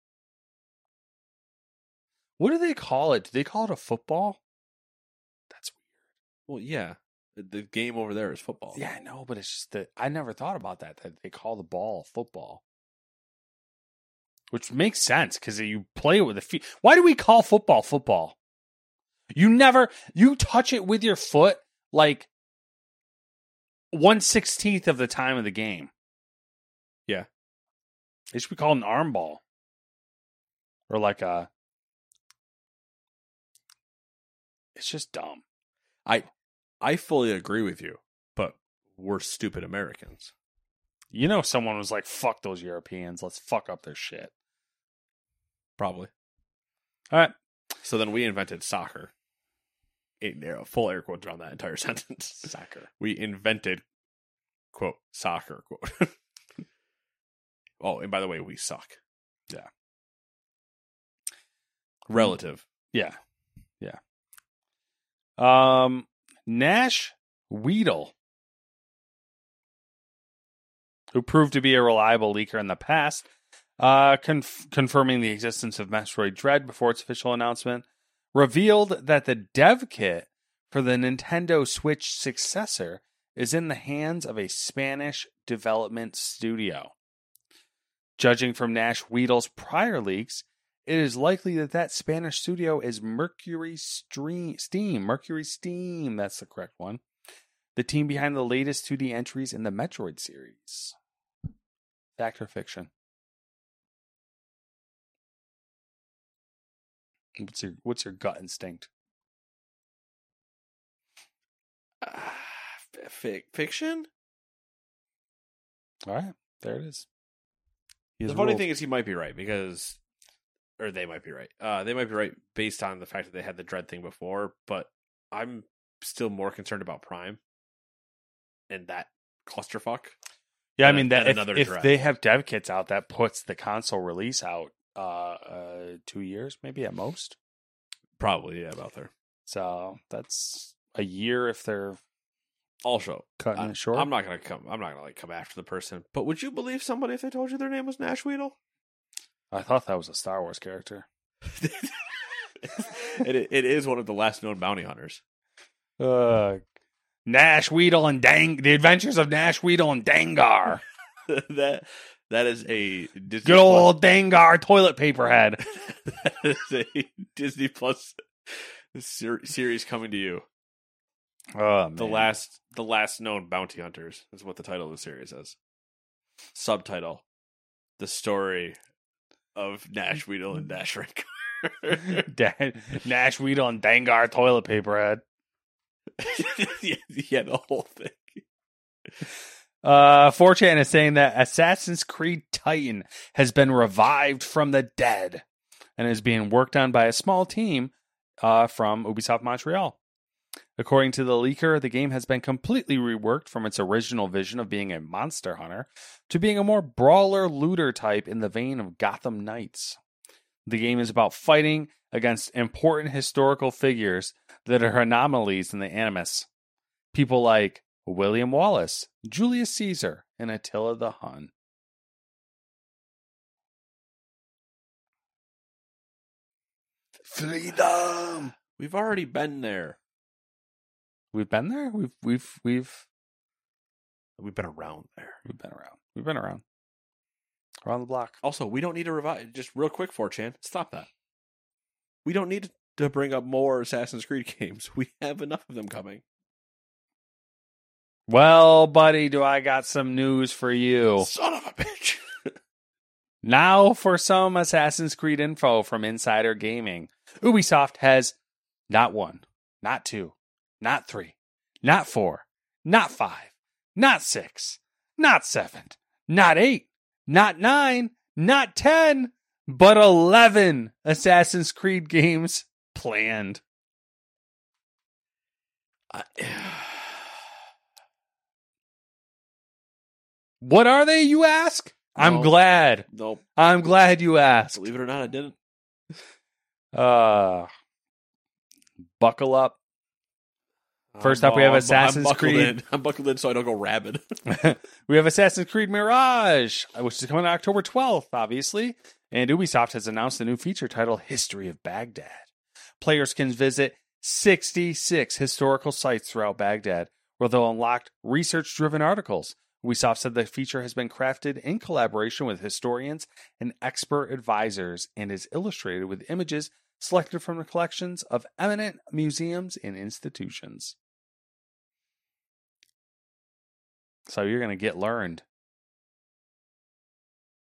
What do they call it? Do they call it a football? That's Well, yeah, the, the game over there is football. yeah, I know, but it's just that I never thought about that. That they call the ball football, which makes sense because you play it with the feet. Why do we call football football? You never you touch it with your foot like one sixteenth of the time of the game. Yeah. it should be called an arm ball, or like a. It's just dumb. I fully agree with you, but we're stupid Americans. You know, someone was like, fuck those Europeans. Let's fuck up their shit. Probably. All right. So then we invented soccer. Eight narrow, full air quotes around that entire sentence. Soccer. We invented, quote, soccer, quote. oh, and by the way, we suck. Yeah. Relative. Yeah. Yeah. Um, Nash Weedle, who proved to be a reliable leaker in the past, uh, conf- confirming the existence of Metroid Dread before its official announcement, revealed that the dev kit for the Nintendo Switch successor is in the hands of a Spanish development studio. Judging from Nash Weedle's prior leaks, it is likely that that Spanish studio is Mercury Stream, Steam. Mercury Steam, that's the correct one. The team behind the latest 2D entries in the Metroid series. Fact or fiction? What's your What's your gut instinct? Ah. fiction? All right, there it is. He The has funny ruled. thing is, he might be right because, or they might be right. Uh, they might be right based on the fact that they had the dread thing before, but I'm still more concerned about Prime and that clusterfuck. yeah, I and a- mean that and if, another if draft. they have dev kits out, that puts the console release out uh, uh two years, maybe at most. Probably, yeah, about there. So that's a year if they're Also, Cutting I, it short. I'm not gonna come. I'm not gonna like come after the person. But would you believe somebody if they told you their name was Nash Weedle? I thought that was a Star Wars character. it, it is one of the last known bounty hunters. Uh, Nash Weedle and Dang, The Adventures of Nash Weedle and Dangar. that that is a Disney Good old Dangar toilet paper head. Plus, that is a Disney Plus ser- series coming to you. Oh, The last the last known bounty hunters is what the title of the series is. Subtitle: The story of Nash Weedle and Nash Rinker. Da- Nash Weedle and Dangar toilet paper head. yeah, yeah, the whole thing. Uh, 4chan is saying that Assassin's Creed Titan has been revived from the dead and is being worked on by a small team uh, from Ubisoft Montreal. According to the leaker, the game has been completely reworked from its original vision of being a monster hunter to being a more brawler looter type in the vein of Gotham Knights. The game is about fighting against important historical figures that are anomalies in the animus. People like William Wallace, Julius Caesar, and Attila the Hun. Freedom. We've already been there. We've been there. We've we've we've We've been around there. we've been around. We've been around. Around the block. Also, we don't need to revive. Just real quick, 4chan, stop that. We don't need to bring up more Assassin's Creed games. We have enough of them coming. Well, buddy, do I got some news for you? Son of a bitch. Now for some Assassin's Creed info from Insider Gaming. Ubisoft has not one, not two, not three, not four, not five, not six, not seven, not eight, not nine, not ten, but 11 Assassin's Creed games planned. I- What are they, you ask? I'm No. glad. nope. I'm glad you asked. Believe it or not, I didn't. Uh, buckle up. First up, we have I'm- I'm Assassin's buckled Creed. in. I'm buckled in so I don't go rabid. we have Assassin's Creed Mirage, which is coming out October 12th, obviously. And Ubisoft has announced a new feature titled History of Baghdad. Players can visit 66 historical sites throughout Baghdad, where they'll unlock research driven articles. Ubisoft said the feature has been crafted in collaboration with historians and expert advisors and is illustrated with images selected from the collections of eminent museums and institutions. So you're going to get learned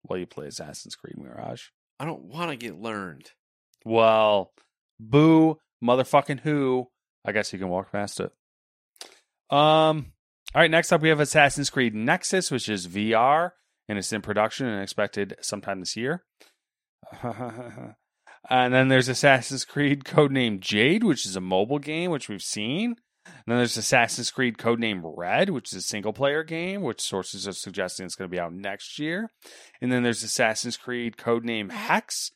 while you play Assassin's Creed Mirage. I don't want to get learned. Well, boo, motherfucking who. I guess you can walk past it. Um. All right. Next up, we have Assassin's Creed Nexus, which is VR and it's in production and expected sometime this year. and then there's Assassin's Creed Codename Jade, which is a mobile game, which we've seen. And then there's Assassin's Creed Codename Red, which is a single player game, which sources are suggesting it's going to be out next year. And then there's Assassin's Creed Codename Hex,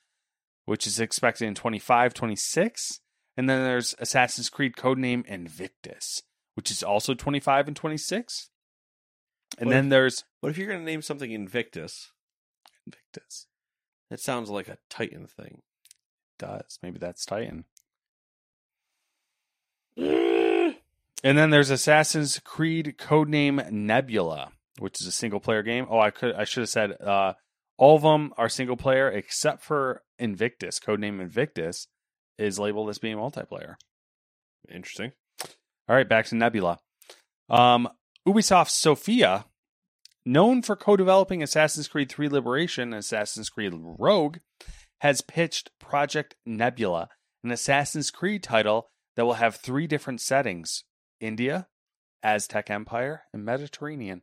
which is expected in 25, 26. And then there's Assassin's Creed Codename Invictus, which is also 25 and 26. And What then if- there's But if you're going to name something Invictus, Invictus. that sounds like a Titan thing. Does. Maybe that's Titan. And then there's Assassin's Creed Codename Nebula, which is a single player game. Oh, I could I should have said uh, all of them are single player except for Invictus. Codename Invictus is labeled as being multiplayer. Interesting. All right, back to Nebula. Um, Ubisoft's Sophia, known for co developing Assassin's Creed 3 Liberation and Assassin's Creed Rogue, has pitched Project Nebula, an Assassin's Creed title that will have three different settings India, Aztec Empire, and Mediterranean.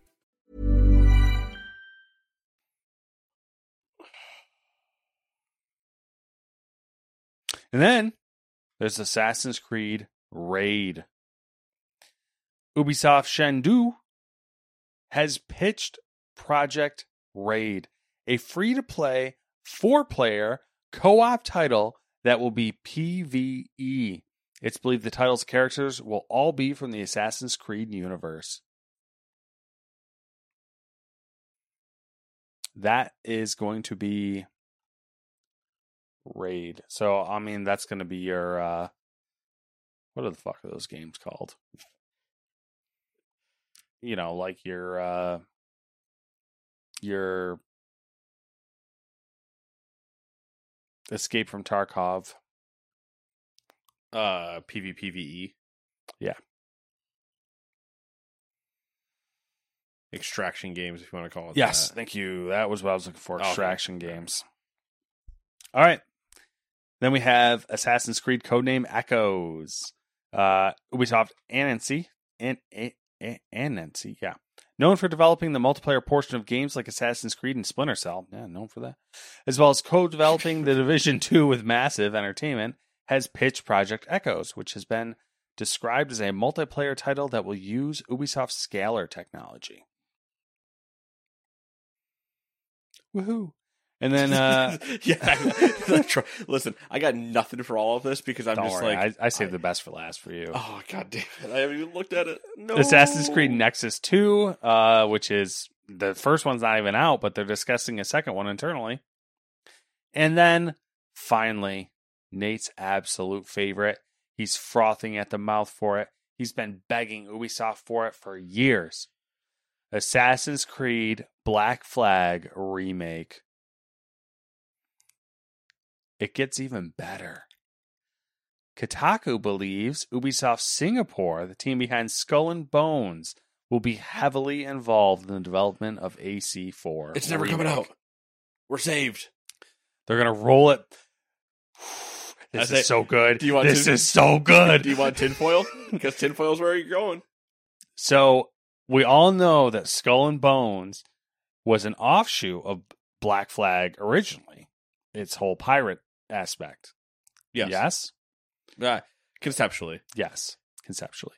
And then there's Assassin's Creed Raid. Ubisoft Shendu has pitched Project Raid, a free to play, four player co op title that will be PvE. It's believed the title's characters will all be from the Assassin's Creed universe. That is going to be Raid. So, I mean, that's going to be your. Uh, what are the fuck are those games called? you know, like your uh your Escape from Tarkov. Uh, E. PvPvE. Yeah. Extraction games, if you want to call it. Yes, that. Oh, thank you. That was what I was looking for. Okay. Extraction games. All right. Then we have Assassin's Creed codename Echoes. Uh Ubisoft Anansi. An- An- An- Anansi, yeah. Known for developing the multiplayer portion of games like Assassin's Creed and Splinter Cell. Yeah, known for that. As well as co-developing the Division 2 with Massive Entertainment, has pitched Project Echoes, which has been described as a multiplayer title that will use Ubisoft's scalar technology. Woohoo. And then uh yeah. The tro- Listen, I got nothing for all of this because I'm don't just worry, like I, I saved the best for last for you. Oh god damn it! I haven't even looked at it. No. Assassin's Creed Nexus 2, uh, which is the first one's not even out, but they're discussing a second one internally. And then finally, Nate's absolute favorite. He's frothing at the mouth for it. He's been begging Ubisoft for it for years. Assassin's Creed Black Flag remake. It gets even better. Kotaku believes Ubisoft Singapore, the team behind Skull and Bones, will be heavily involved in the development of AC4. It's never coming Remake. out. We're saved. They're gonna roll it. This That's is it. so good. Do you want this to- is so good. Do you want tinfoil? Because tinfoil's where you're going. So we all know that Skull and Bones was an offshoot of Black Flag originally. Its whole pirate aspect. Yes. Yeah. Conceptually, Yes. Conceptually.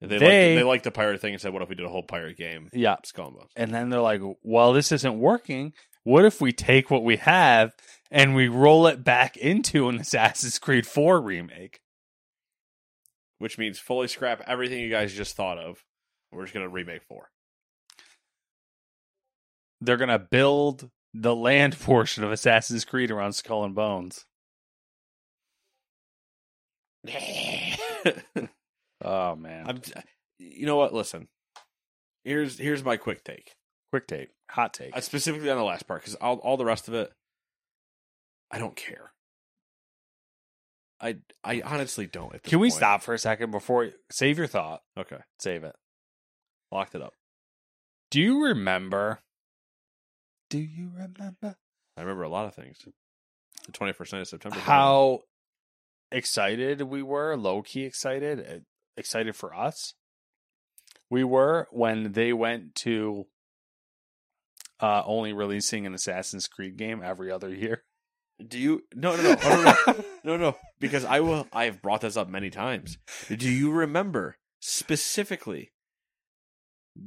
they liked, They- they liked the pirate thing and said, "What if we did a whole pirate game?" Yeah. Skull and Bones. And then they're like, well, this isn't working. What if we take what we have and we roll it back into an Assassin's Creed 4 remake? which means fully scrap everything you guys just thought of. We're just gonna remake four. They're going to build the land portion of Assassin's Creed around Skull and Bones. I'm, Oh, man. you know what? Listen, here's here's my quick take, Quick take, hot take. uh, specifically on the last part, because all all the rest of it, I don't care. I I honestly don't. At this Can we point. stop for a second before save your thought? Okay, Save it. locked it up. Do you remember? Do you remember I remember a lot of things. The 21st night of September. how excited we were? Low key excited, uh, excited for us. We were when they went to uh, only releasing an Assassin's Creed game every other year. Do you? No, no, no, no, no, no, no, no. Because I will. I have brought this up many times. Do you remember specifically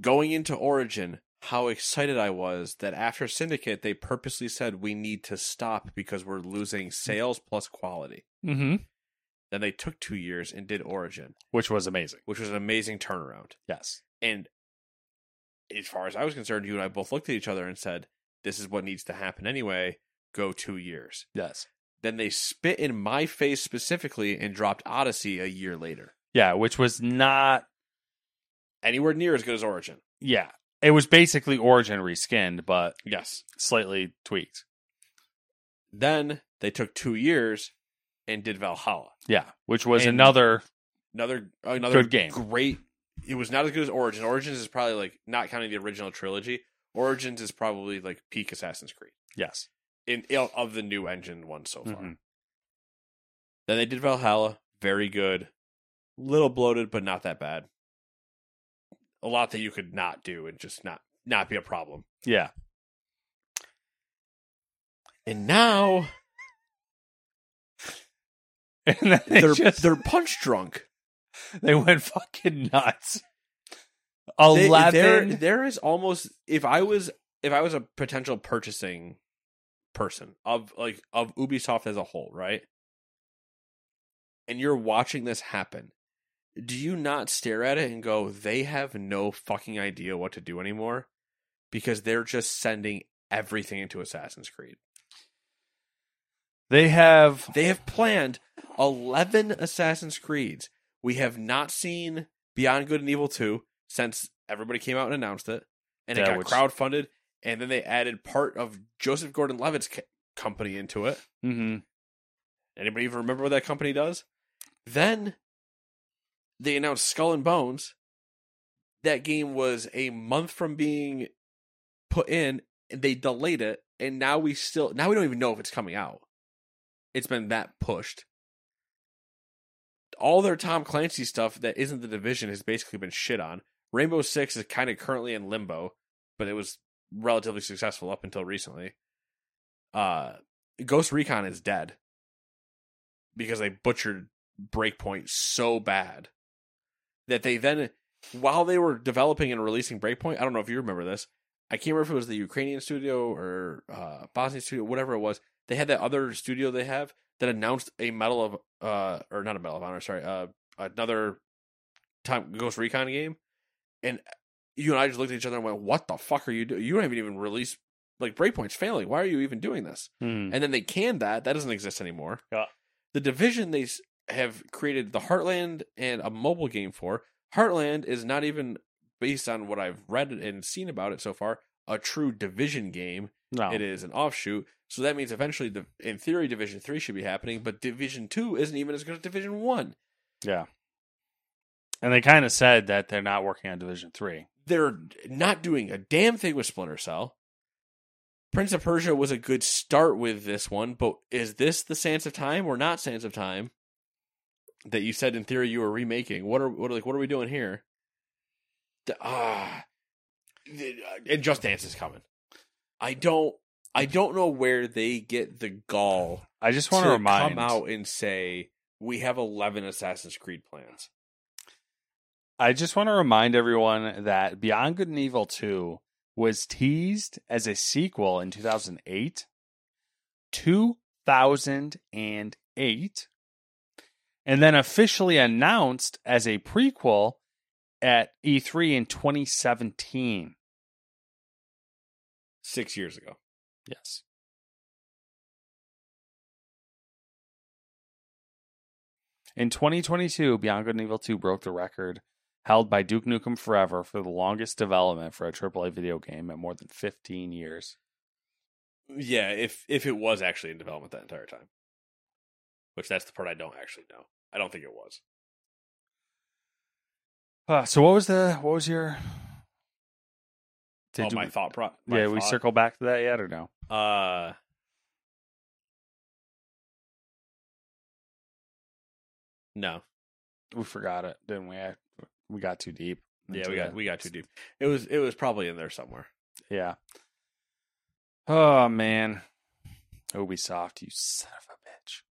going into Origin? How excited I was that after Syndicate, they purposely said we need to stop because we're losing sales plus quality. Mm-hmm. Then they took two years and did Origin, Which was amazing. which was an amazing turnaround. Yes. And as far as I was concerned, you and I both looked at each other and said, This is what needs to happen anyway. Go two years. Yes. Then they spit in my face specifically and dropped Odyssey a year later. Yeah, which was not. Anywhere near as good as Origin. Yeah, it was basically Origin reskinned, but Yes. slightly tweaked. Then they took two years and did Valhalla. Yeah, which was And- another. Another another Good game. Great. It was not as good as Origin. Origins is probably like not counting the original trilogy. Origins is probably like peak Assassin's Creed. Yes. in of the new engine one so far. Mhm. Mm-hmm. Then they did Valhalla, very good, little bloated, but not that bad. A lot that you could not do and just not not be a problem. Yeah. And now And then they they're just- they're punch drunk. they went fucking nuts. They- Eleven. there, there is almost if I was if I was a potential purchasing person of like of Ubisoft as a whole, right? And you're watching this happen. Do you not stare at it and go, they have no fucking idea what to do anymore because they're just sending everything into Assassin's Creed. they have. They have planned 11 Assassin's Creeds. We have not seen Beyond Good and Evil 2 since everybody came out and announced it. And it Yeah, got which- crowdfunded. And then they added part of Joseph Gordon Levitt's c- company into it. hmm Anybody even remember what that company does? Then they announced Skull and Bones. That game was a month from being put in, and they delayed it, and now we still now we don't even know if it's coming out. It's been that pushed. All their Tom Clancy stuff that isn't the division has basically been shit on. Rainbow Six is kind of currently in limbo, but it was relatively successful up until recently. Uh Ghost Recon is dead because they butchered Breakpoint so bad that they then, while they were developing and releasing Breakpoint, I don't know if you remember this. I can't remember if it was the Ukrainian studio or uh, Bosnian studio, whatever it was. They had that other studio they have that announced a Medal of, uh, or not a Medal of Honor, sorry, uh, another time Ghost Recon game, and you and I just looked at each other and went, "What the fuck are you doing? You haven't even released like Breakpoint's failing. Why are you even doing this?" and then they canned that. That doesn't exist anymore. Yeah. The division they s- have created the Heartland and a mobile game for Heartland is not even based on what I've read and seen about it so far. A true division game. No. It is an offshoot, so that means eventually, the, in theory, Division Three should be happening, but Division Two isn't even as good as Division One. Yeah. And they kind of said that they're not working on Division Three. They're not doing a damn thing with Splinter Cell. Prince of Persia was a good start with this one, but is this the Sands of Time or not Sands of Time that you said in theory you were remaking? What are what are, like what are we doing here? The- Ah, The- uh, and Just Dance is coming. I don't I don't know where they get the gall I just want to remind. come out and say we have eleven Assassin's Creed plans. I just want to remind everyone that Beyond Good and Evil Two was teased as a sequel in 2008. 2008 and then officially announced as a prequel at E3 in 2017. Six years ago. Yes. In 2022, Beyond Good and Evil 2 broke the record held by Duke Nukem Forever for the longest development for a AAA video game at more than 15 years. Yeah, if if it was actually in development that entire time, which that's the part I don't actually know. I don't think it was. Uh, so what was the what was your Did oh, my we- thought pro. my yeah, we thought- circle back to that yet or no? Uh, no. We forgot it, didn't we? I, we got too deep. Yeah, into we got the- we got too deep. It was it was probably in there somewhere. Yeah. Oh man, Ubisoft, you son of a bitch.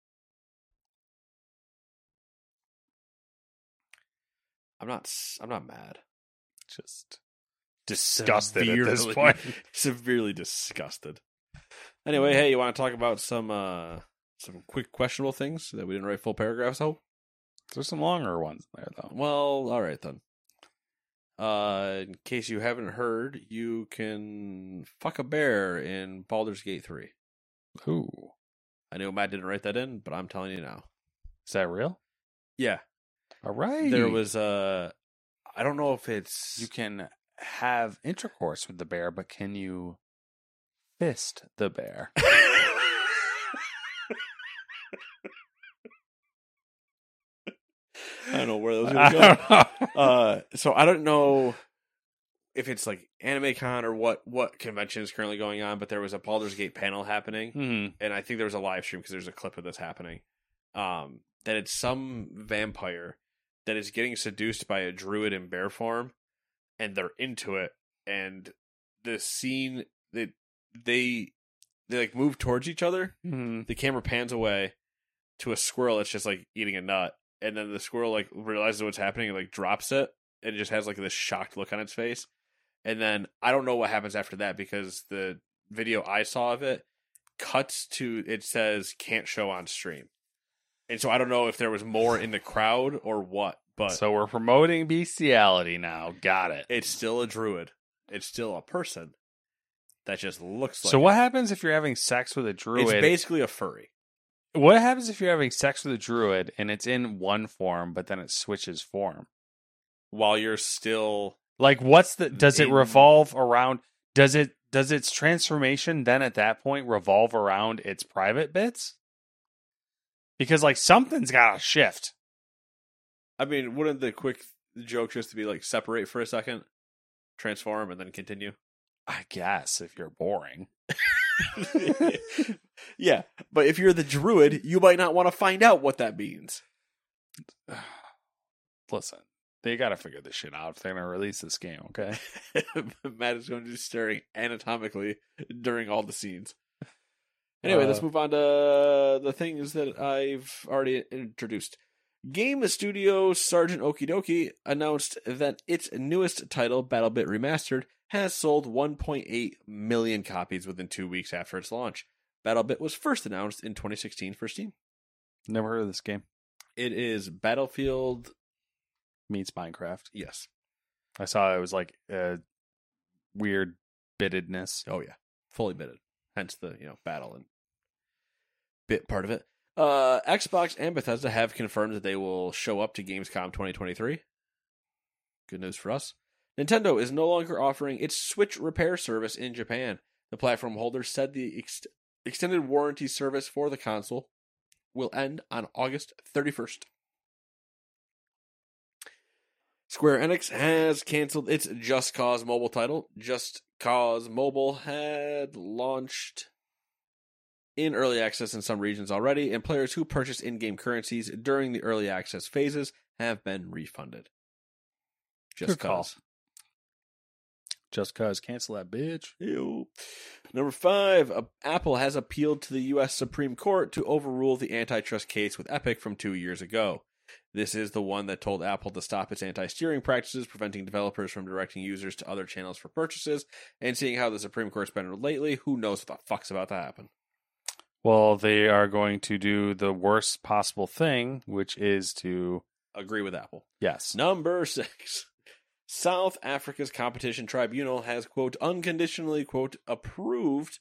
I'm not s- I'm not mad. Just disgusted at this Severely- point. severely disgusted. Anyway, Mm-hmm. hey, you want to talk about some uh some quick questionable things that we didn't write full paragraphs on? There's some longer ones in there though. Well, all right then. Uh, in case you haven't heard, you can fuck a bear in Baldur's Gate 3. Ooh, I know Matt didn't write that in, but I'm telling you now. is that real? Yeah, All right. there was uh, I don't know if it's You can have intercourse with the bear, but can you fist the bear? I don't know where those I are going. don't know. uh so i don't know if it's like anime con or what what convention is currently going on but there was a Baldur's gate panel happening Hmm. and i think there was a live stream because there's a clip of this happening um that it's some vampire that is getting seduced by a druid in bear form and they're into it and the scene that they they like move towards each other Hmm. the camera pans away to a squirrel that's just like eating a nut and then the squirrel like realizes what's happening and like drops it and it just has like this shocked look on its face and then i don't know what happens after that because the video i saw of it cuts to it says can't show on stream and so i don't know if there was more in the crowd or what but So we're promoting bestiality now. Got it. it's still a druid it's still a person that just looks like so what it. happens if you're having sex with a druid? it's basically a furry what happens if you're having sex with a druid and it's in one form, but then it switches form? while you're still Like, what's the? Does it In- revolve around? Does it? Does its transformation then at that point revolve around its private bits? Because like something's got to shift. I mean, wouldn't the quick joke just to be like separate for a second, transform, and then continue? I guess if you're boring. yeah, but if you're the druid, you might not want to find out what that means. Listen, they got to figure this shit out if they're going to release this game, okay? Matt is going to be staring anatomically during all the scenes. Anyway, let's Uh, move on to the things that I've already introduced. Game Studio Sergeant Okidoki announced that its newest title, BattleBit Remastered, has sold 1.8 million copies within two weeks after its launch. BattleBit was first announced in 2016 for Steam. Never heard of this game. It is Battlefield. Meets Minecraft. Yes. I saw it was like uh, weird bittedness. Oh yeah, fully bitted. Hence the you know battle and bit part of it. Uh, Xbox and Bethesda have confirmed that they will show up to Gamescom 2023. Good news for us. Nintendo is no longer offering its Switch repair service in Japan. The platform holder said the ex- extended warranty service for the console will end on August 31st. Square Enix has canceled its Just Cause Mobile title. Just Cause Mobile had launched in early access in some regions already, and players who purchased in game currencies during the early access phases have been refunded. Just Good call. Cause. Just cause cancel that bitch. Ew. Number five, uh, Apple has appealed to the U.S. Supreme Court to overrule the antitrust case with Epic from two years ago. This is the one that told Apple to stop its anti steering practices, preventing developers from directing users to other channels for purchases. And seeing how the Supreme Court's been lately, who knows what the fuck's about to happen. Well, they are going to do the worst possible thing, which is to Agree with Apple. yes. Number six. South Africa's competition tribunal has, quote, unconditionally, quote, approved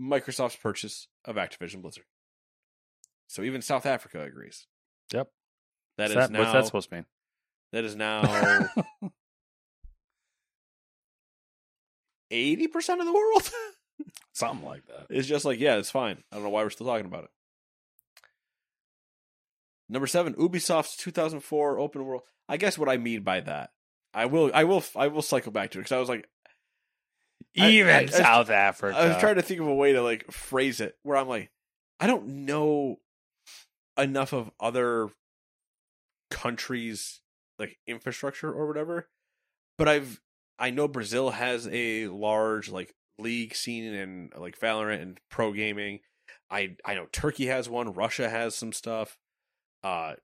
Microsoft's purchase of Activision Blizzard. So even South Africa agrees. Yep. That is What's now. What's that supposed to mean? that is now eighty percent of the world. Something like that. It's just like, yeah, it's fine. I don't know why we're still talking about it. Number seven, Ubisoft's 2004 open world. I guess what I mean by that, I will, I will, I will cycle back to it because I was like, even I- I- I was- South Africa. I was trying to think of a way to like phrase it where I'm like, I don't know enough of other countries like infrastructure or whatever, but I've I know Brazil has a large like league scene and like Valorant and pro gaming. I I know Turkey has one, Russia has some stuff. Uh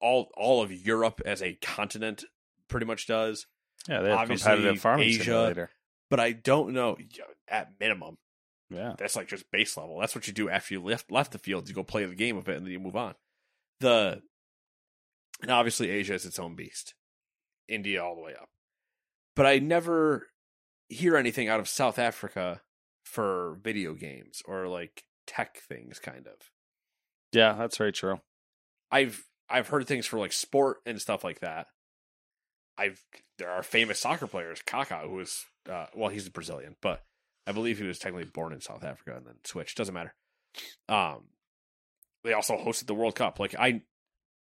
all all of Europe as a continent pretty much does yeah, they have obviously competitive farming Asia. simulator. but I don't know. At minimum, Yeah, that's like just base level. That's what you do after you left left the field. You go play the game of it, and then you move on. The and obviously Asia is its own beast. India all the way up, but I never hear anything out of South Africa for video games or like tech things. Kind of, yeah, that's very true. I've I've heard things for like sport and stuff like that. I've there are famous soccer players, Kaká, who is uh, well, he's Brazilian, but I believe he was technically born in South Africa and then switched. Doesn't matter. Um, they also hosted the World Cup. Like I,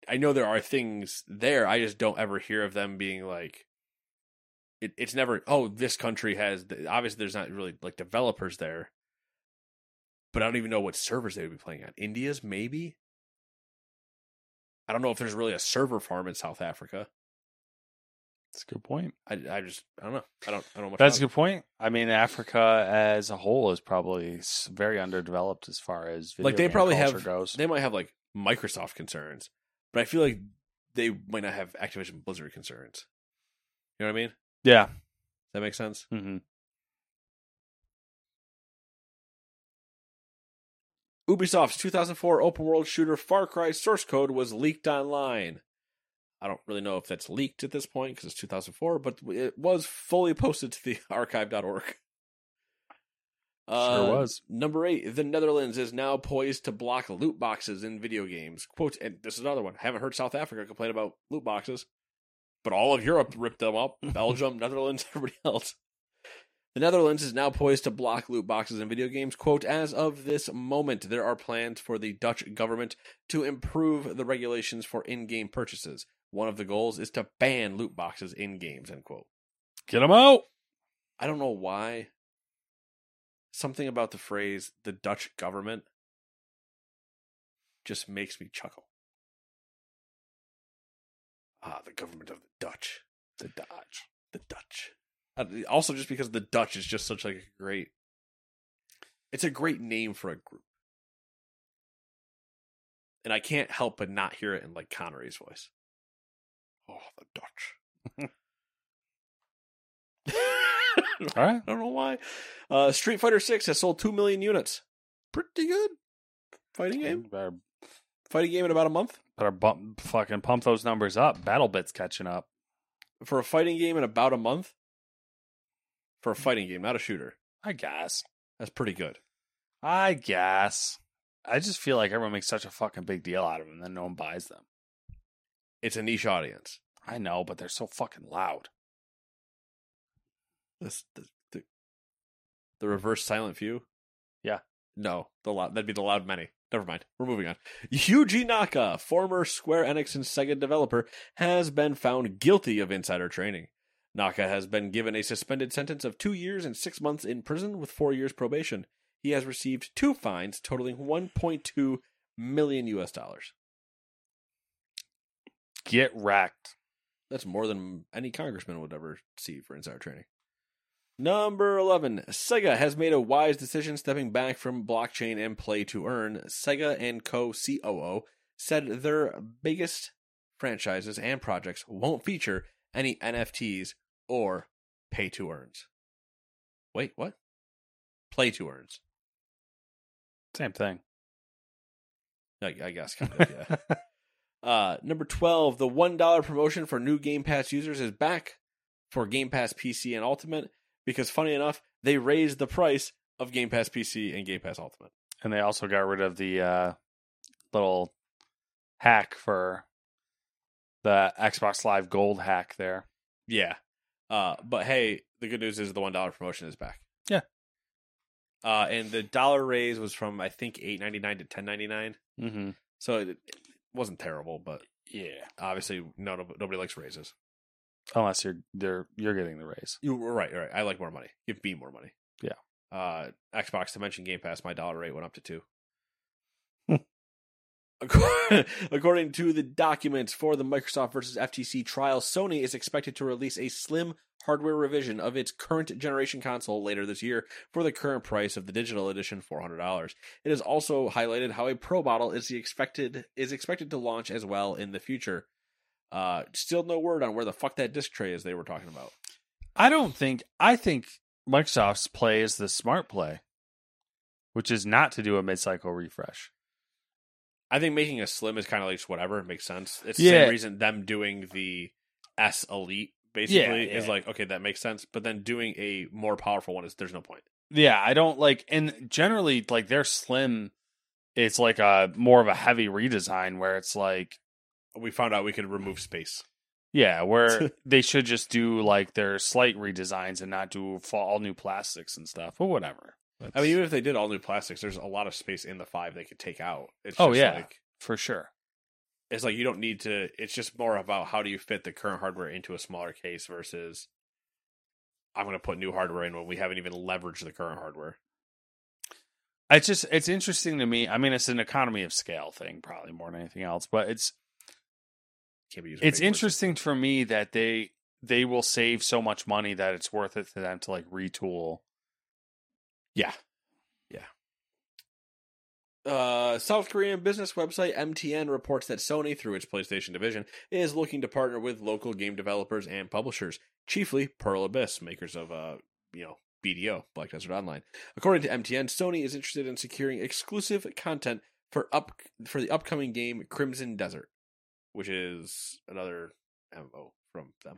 I know there are things there. I just don't ever hear of them being like. It, it's never. Oh, this country has. The, obviously, there's not really like developers there. But I don't even know what servers they would be playing on. India's maybe. I don't know if there's really a server farm in South Africa. That's a good point. I, I just I don't know. I don't I don't know. Much That's a about good point. I mean, Africa as a whole is probably s- very underdeveloped as far as it. video Like they game probably culture have goes. they might have like Microsoft concerns, but I feel like they might not have Activision Blizzard concerns. You know what I mean? Does yeah. that make sense? Mm-hmm. Ubisoft's 2004 open world shooter Far Cry source code was leaked online. I don't really know if that's leaked at this point because it's 2004, but it was fully posted to the archive.org. Uh, was. Number eight, the Netherlands is now poised to block loot boxes in video games. Quote, and this is another one. Haven't heard South Africa complain about loot boxes, but all of Europe ripped them up. Belgium, Netherlands, everybody else. The Netherlands is now poised to block loot boxes in video games. Quote, as of this moment, there are plans for the Dutch government to improve the regulations for in game purchases. One of the goals is to ban loot boxes in games, end quote. Get them out. I don't know why. Something about the phrase the Dutch government just makes me chuckle. Ah, the government of the Dutch. The Dutch. The Dutch. Uh, Also, just because the Dutch is just such like a great. It's a great name for a group. And I can't help but not hear it in like Connery's voice. Oh, the Dutch. All right. I don't know why. Uh, Street Fighter Six has sold two million units. Pretty good fighting game. Better, Fighting game in about a month better bump, fucking pump those numbers up. BattleBit's catching up. for a fighting game in about a month for a fighting game, not a shooter. I guess. That's pretty good. I guess. I just feel like everyone makes such a fucking big deal out of them, then no one buys them. It's a niche audience. I know, but they're so fucking loud. This the, the, the reverse silent view. Yeah. No, the loud that'd be the loud many. Never mind. We're moving on. Yuji Naka, former Square Enix and Sega developer, has been found guilty of insider training. Naka has been given a suspended sentence of two years and six months in prison with four years probation. He has received two fines totaling 1.2 million US dollars. Get racked. That's more than any congressman would ever see for insider training. Number 11. Sega has made a wise decision stepping back from blockchain and play to earn. Sega and co COO said their biggest franchises and projects won't feature any NFTs or pay to earns. Wait, what? Play to earns. Same thing. I, I guess, kind of, yeah. Uh, number 12, the $1 promotion for new Game Pass users is back for Game Pass PC and Ultimate because, funny enough, they raised the price of Game Pass PC and Game Pass Ultimate. and they also got rid of the uh, little hack for the Xbox Live Gold hack there. Yeah. Uh, but hey, the good news is the $1 promotion is back. Yeah. Uh, and the dollar raise was from, I think, eight ninety nine to ten ninety nine. Mm-hmm. So it, it wasn't terrible, but Yeah, obviously, no, nobody likes raises. unless you're they're you're getting the raise. You were right, you're right. I like more money. Give me more money. Yeah. Uh, Xbox Dimension Game Pass, my dollar rate went up to two. According according to the documents for the Microsoft versus FTC trial, Sony is expected to release a slim hardware revision of its current generation console later this year for the current price of the digital edition, four hundred dollars. It is also highlighted how a Pro model is the expected is expected to launch as well in the future. Uh, still no word on where the fuck that disc tray is they were talking about. I don't think I think Microsoft's play is the smart play, which is not to do a mid-cycle refresh. I think making a slim is kind of like just whatever. It makes sense. It's the Yeah. same reason them doing the S Elite basically Yeah, is yeah. like okay, that makes sense. But then doing a more powerful one is there's no point. Yeah, I don't like and generally like their slim it's like a more of a heavy redesign where it's like We found out we could remove space. yeah, where they should just do like their slight redesigns and not do full, all new plastics and stuff, but whatever. I mean, even if they did all new plastics, there's a lot of space in the five they could take out. It's Oh, just yeah. like, for sure. it's like you don't need to. It's just more about how do you fit the current hardware into a smaller case versus I'm going to put new hardware in when we haven't even leveraged the current hardware. It's just it's interesting to me. I mean, it's an economy of scale thing probably more than anything else, but it's Can't be using it's big words. interesting for me that they they will save so much money that it's worth it to them to like retool. Yeah. Yeah. Uh, South Korean business website MTN reports that Sony, through its PlayStation division, is looking to partner with local game developers and publishers, chiefly Pearl Abyss, makers of, uh, you know, BDO, Black Desert Online. According to MTN, Sony is interested in securing exclusive content for up for the upcoming game Crimson Desert, which is another MMO from them.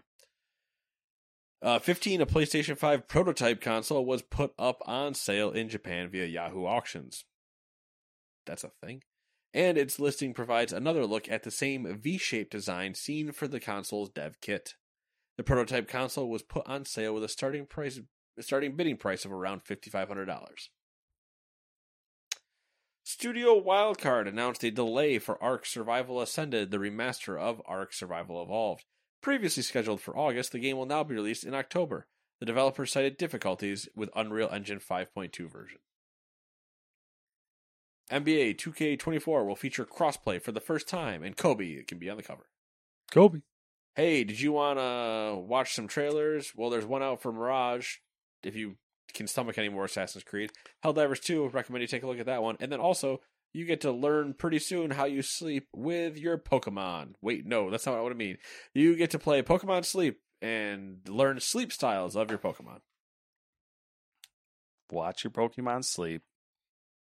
Uh, 15, a PlayStation 5 prototype console was put up on sale in Japan via Yahoo Auctions. That's a thing. And its listing provides another look at the same V shaped design seen for the console's dev kit. The prototype console was put on sale with a starting price starting bidding price of around $5500. Studio Wildcard announced a delay for Ark Survival Ascended, the remaster of Ark Survival Evolved. Previously scheduled for August, the game will now be released in October. The developer cited difficulties with Unreal Engine 5.2 version. NBA 2K24 will feature crossplay for the first time, and Kobe can be on the cover. Kobe. Hey, did you want to watch some trailers? Well, there's one out for Mirage. If you can stomach any more Assassin's Creed, Helldivers 2, recommend you take a look at that one. And then also, you get to learn pretty soon how you sleep with your Pokemon. Wait, no, that's not what I mean. You get to play Pokemon Sleep and learn sleep styles of your Pokemon Watch your Pokemon sleep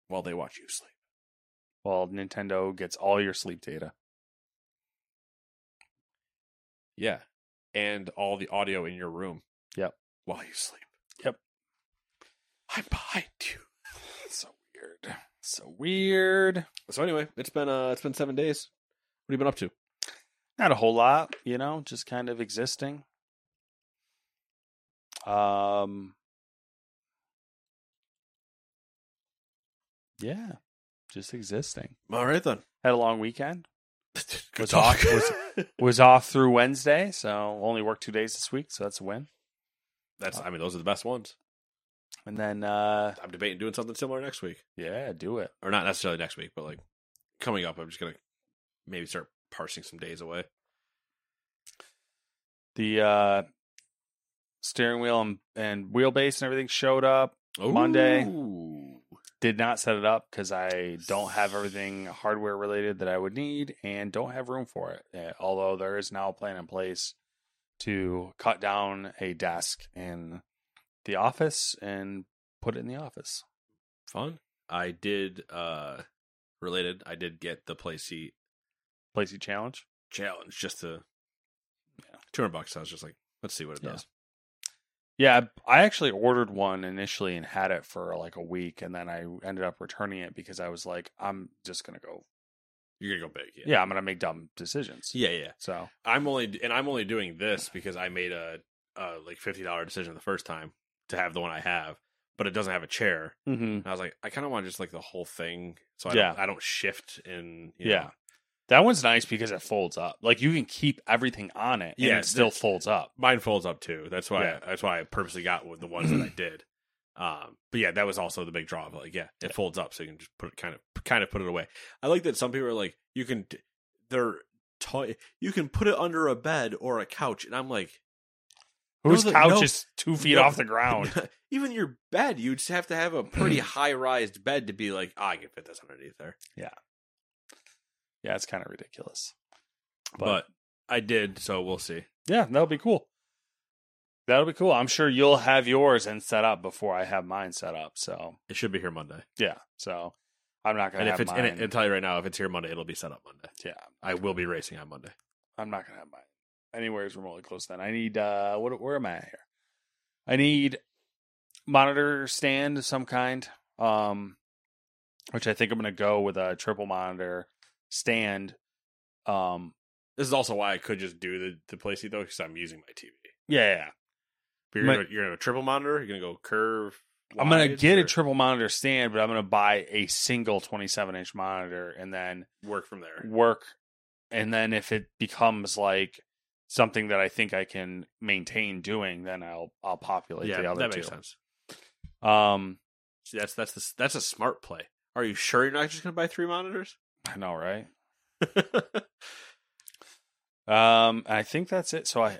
while they watch you sleep. while Nintendo gets all your sleep data. Yeah. And all the audio in your room. Yep. While you sleep. Yep. I'm behind you. so weird. So weird. So anyway, it's been uh it's been seven days. What have you been up to? Not a whole lot, you know, just kind of existing. Um Yeah. Just existing. All right then. Had a long weekend. Good Was off- Was off through Wednesday, so only worked two days this week, so that's a win. That's I mean those are the best ones. And then uh I'm debating doing something similar next week, yeah, do it. or not necessarily next week, but like coming up, I'm just gonna maybe start parsing some days away. The uh steering wheel and, and wheelbase and everything showed up. Ooh. Monday. did not set it up because I don't have everything hardware related that I would need and don't have room for it. Uh, Although there is now a plan in place to cut down a desk in the office and put it in the office. fun. I did uh related. I did get the play seat Placey challenge. challenge just to two hundred bucks. I was just like, let's see what it Yeah. does. Yeah, I I actually ordered one initially and had it for like a week, and then I ended up returning it because I was like, I'm just gonna go. You're gonna go big, Yeah, I'm gonna make dumb decisions. yeah, yeah. So I'm only and I'm only doing this because I made a, a like fifty dollar decision the first time to have the one I have, but it doesn't have a chair. mm-hmm. And I was like, I kind of want just like the whole thing, so I Yeah. don't, I don't shift in. you yeah. know. That one's nice because it folds up. Like you can keep everything on it, Yeah, and it still that's- folds up. mine folds up too. That's why. Yeah. That's why I purposely got with the ones that I did. Um, but yeah, that was also the big draw of like, yeah, it folds up, so you can just put it kind of, kind of put it away. I like that some people are like, you can, t- they're, t- you can put it under a bed or a couch, and I'm like, No, Whose the- couch no. is two feet No. off the ground? even your bed, you'd just have to have a pretty high rised bed to be like, ah, I can fit this underneath there. yeah, it's kind of ridiculous. But, I did, so we'll see. Yeah, that'll be cool. That'll be cool. I'm sure you'll have yours and set up before I have mine set up. So It should be here Monday. yeah, so I'm not gonna And if have it's, mine. and it, I'll tell you right now, if it's here Monday, it'll be set up Monday. yeah, I will be racing on Monday. I'm not gonna have mine anywhere is remotely close. Then I need uh, what? Where am I at here? I need monitor stand of some kind. Um, which I think I'm gonna go with a triple monitor stand. Um, This is also why I could just do the the play seat though, because I'm using my TV. yeah, yeah, yeah. But you're, My- gonna, you're gonna have a triple monitor. You're gonna go curve. I'm gonna wide, get or a triple monitor stand, but I'm gonna buy a single 27 inch monitor and then Work from there. work. And then if it becomes like something that I think I can maintain doing, then I'll I'll populate yeah, the other that two. makes sense. Um, See, that's that's the, that's a smart play. Are you sure you're not just gonna buy three monitors? I know, right? Um, I think that's it. So I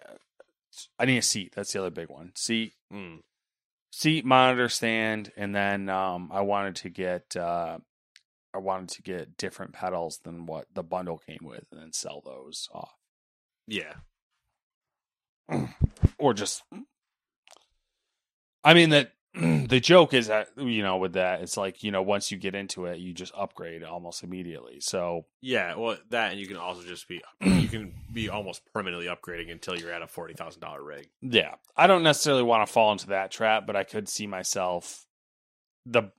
I need a seat. That's the other big one. Seat, Hmm. seat, monitor stand, and then um, I wanted to get uh, I wanted to get different pedals than what the bundle came with, and then sell those off. Yeah, or just I mean that the joke is that you know with that it's like you know once you get into it you just upgrade almost immediately. So yeah. Well, that and you can also just be you can be almost permanently upgrading until you're at a forty thousand dollar rig. yeah, I don't necessarily want to fall into that trap, but I could see myself the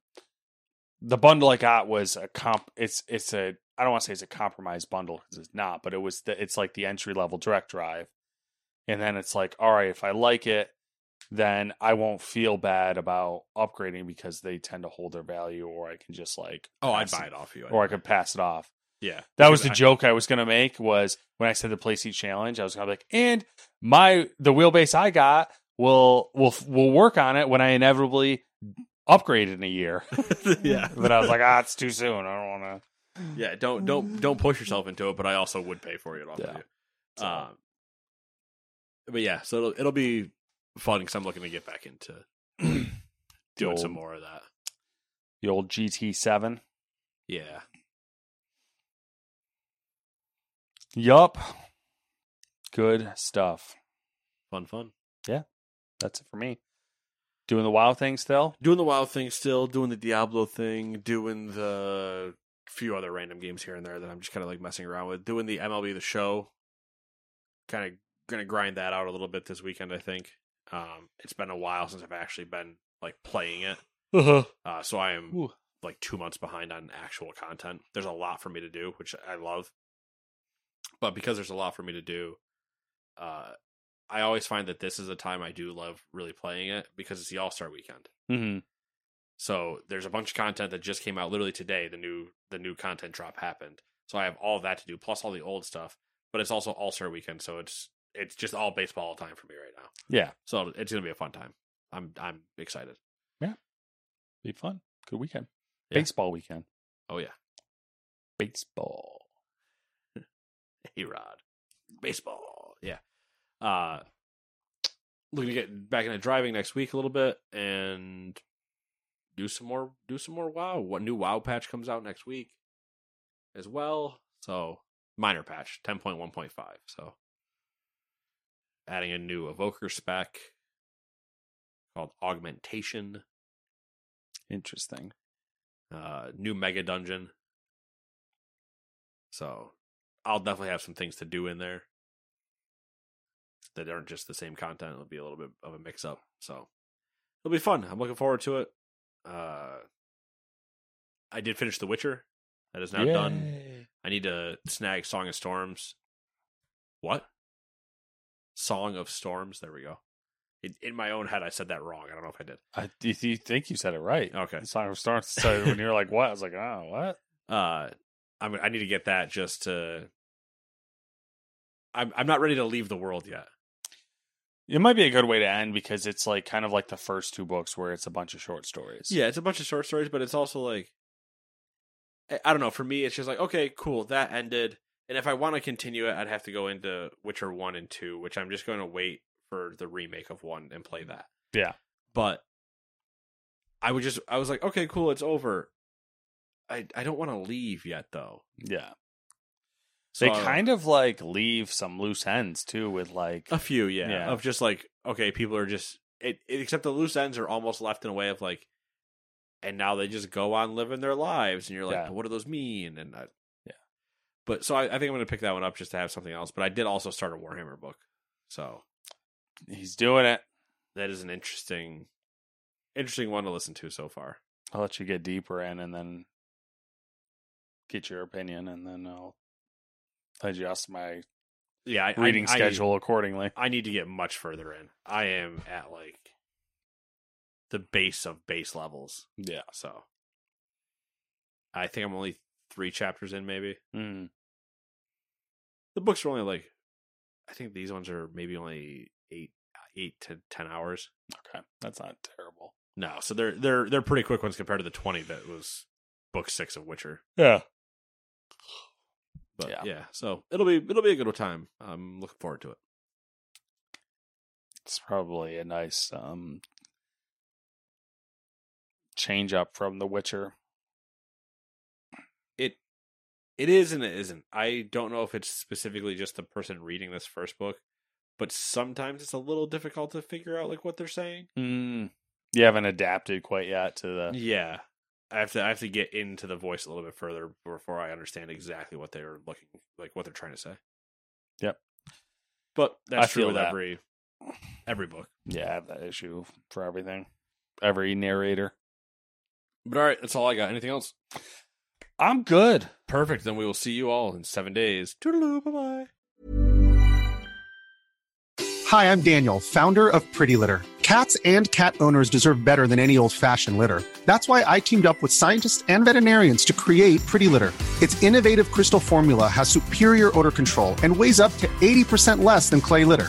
the bundle I got was a comp it's it's a I don't want to say it's a compromised bundle cuz it's not, but it was the, it's like the entry level direct drive. And then it's like, all right, if I like it, then I won't feel bad about upgrading because they tend to hold their value or I can just like Oh, I'd pass buy it off you. or I could pass it off. yeah. That was the Because I- joke I was gonna make was when I said the play seat challenge, I was gonna be like, and my the wheelbase I got will will will work on it when I inevitably upgrade in a year. yeah, but I was like, ah, it's too soon. I don't wanna yeah. Don't don't don't push yourself into it. But I also would pay for it off Yeah. of you. Um, but yeah, so it'll it'll be fun because I'm looking to get back into doing old- some more of that. The old GT seven. Yeah, Yup. Good stuff. fun, fun. That's it for me. Doing the wow thing still? Doing the wild thing still, doing the Diablo thing, doing the few other random games here and there that I'm just kind of like messing around with. Doing the MLB the show, kind of gonna grind that out a little bit this weekend. I think um, it's been a while since I've actually been like playing it. Uh-huh. Uh, so I am like two months behind on actual content. There's a lot for me to do, which I love. But because there's a lot for me to do, uh, I always find that this is a time I do love really playing it because it's the All Star Weekend. hmm So there's a bunch of content that just came out literally today. The new the new content drop happened. So I have all that to do plus all the old stuff. But it's also All Star Weekend, so it's it's just all baseball all the time for me right now. Yeah. So it's gonna be a fun time. I'm I'm excited. Be fun. Good weekend. Yeah. Baseball weekend. Oh yeah. Baseball. Hey Rod. Baseball. Yeah. Uh looking to get back into driving next week a little bit and do some more do some more wow. What new wow patch comes out next week as well. So minor patch, ten point one point five. So adding a new evoker spec called augmentation, Interesting. uh new mega dungeon. So I'll definitely have some things to do in there that aren't just the same content. It'll be a little bit of a mix up. So it'll be fun. I'm looking forward to it. Uh, I did finish The Witcher. That is now done. Yay. I need to snag Song of Storms. What? Song of Storms. There we go. In, in my own head, I said that wrong. I don't know if I did. I do you think you said it right. Okay. The Song of Storms. So when you're like, what? I was like, oh, what? Uh, I'm, I need to get that just to. I'm I'm not ready to leave the world yet. It might be a good way to end because it's like kind of like the first two books where it's a bunch of short stories. Yeah, it's a bunch of short stories, but it's also like I- I don't know. For me, it's just like okay, cool, that ended. And if I want to continue it, I'd have to go into Witcher one and two, which I'm just going to wait for the remake of one and play that. Yeah. But I would just I was like, okay, cool, it's over. I I don't want to leave yet though. Yeah. So They kind of like leave some loose ends too with like a few, yeah, Yeah. of just like okay, people are just it, it. Except the loose ends are almost left in a way of like, and now they just go on living their lives, and you're like, Yeah. but what do those mean? And I, Yeah. but so I, I think I'm gonna pick that one up just to have something else. But I did also start a Warhammer book, so he's doing it. that is an interesting, interesting one to listen to so far. I'll let you get deeper in and then get your opinion and then I'll adjust my Yeah, I, I- reading I- schedule accordingly. I need to get much further in. I am at like the base of base levels. Yeah. So I think I'm only three chapters in, maybe. Mm. The books are only like I think these ones are maybe only eight eight to ten hours. Okay. That's not terrible. No, so they're they're they're pretty quick ones compared to the twenty that was book six of Witcher. Yeah. But yeah, Yeah. so it'll be it'll be a good time. I'm looking forward to it. It's probably a nice um change up from The Witcher. It it is and it isn't. I don't know if it's specifically just the person reading this first book, but sometimes it's a little difficult to figure out like what they're saying. Mm. You haven't adapted quite yet to the Yeah. I have to I have to get into the voice a little bit further before I understand exactly what they're looking like what they're trying to say. Yep. But that's I true feel with that. every every book. Yeah, I have that issue for everything. Every narrator. But all right, that's all I got. Anything else? I'm good. Perfect. Then we will see you all in seven days. Toodaloo, bye bye. Hi, I'm Daniel, founder of Pretty Litter. Cats and cat owners deserve better than any old fashioned litter. That's why I teamed up with scientists and veterinarians to create Pretty Litter. Its innovative crystal formula has superior odor control and weighs up to 80% less than clay litter.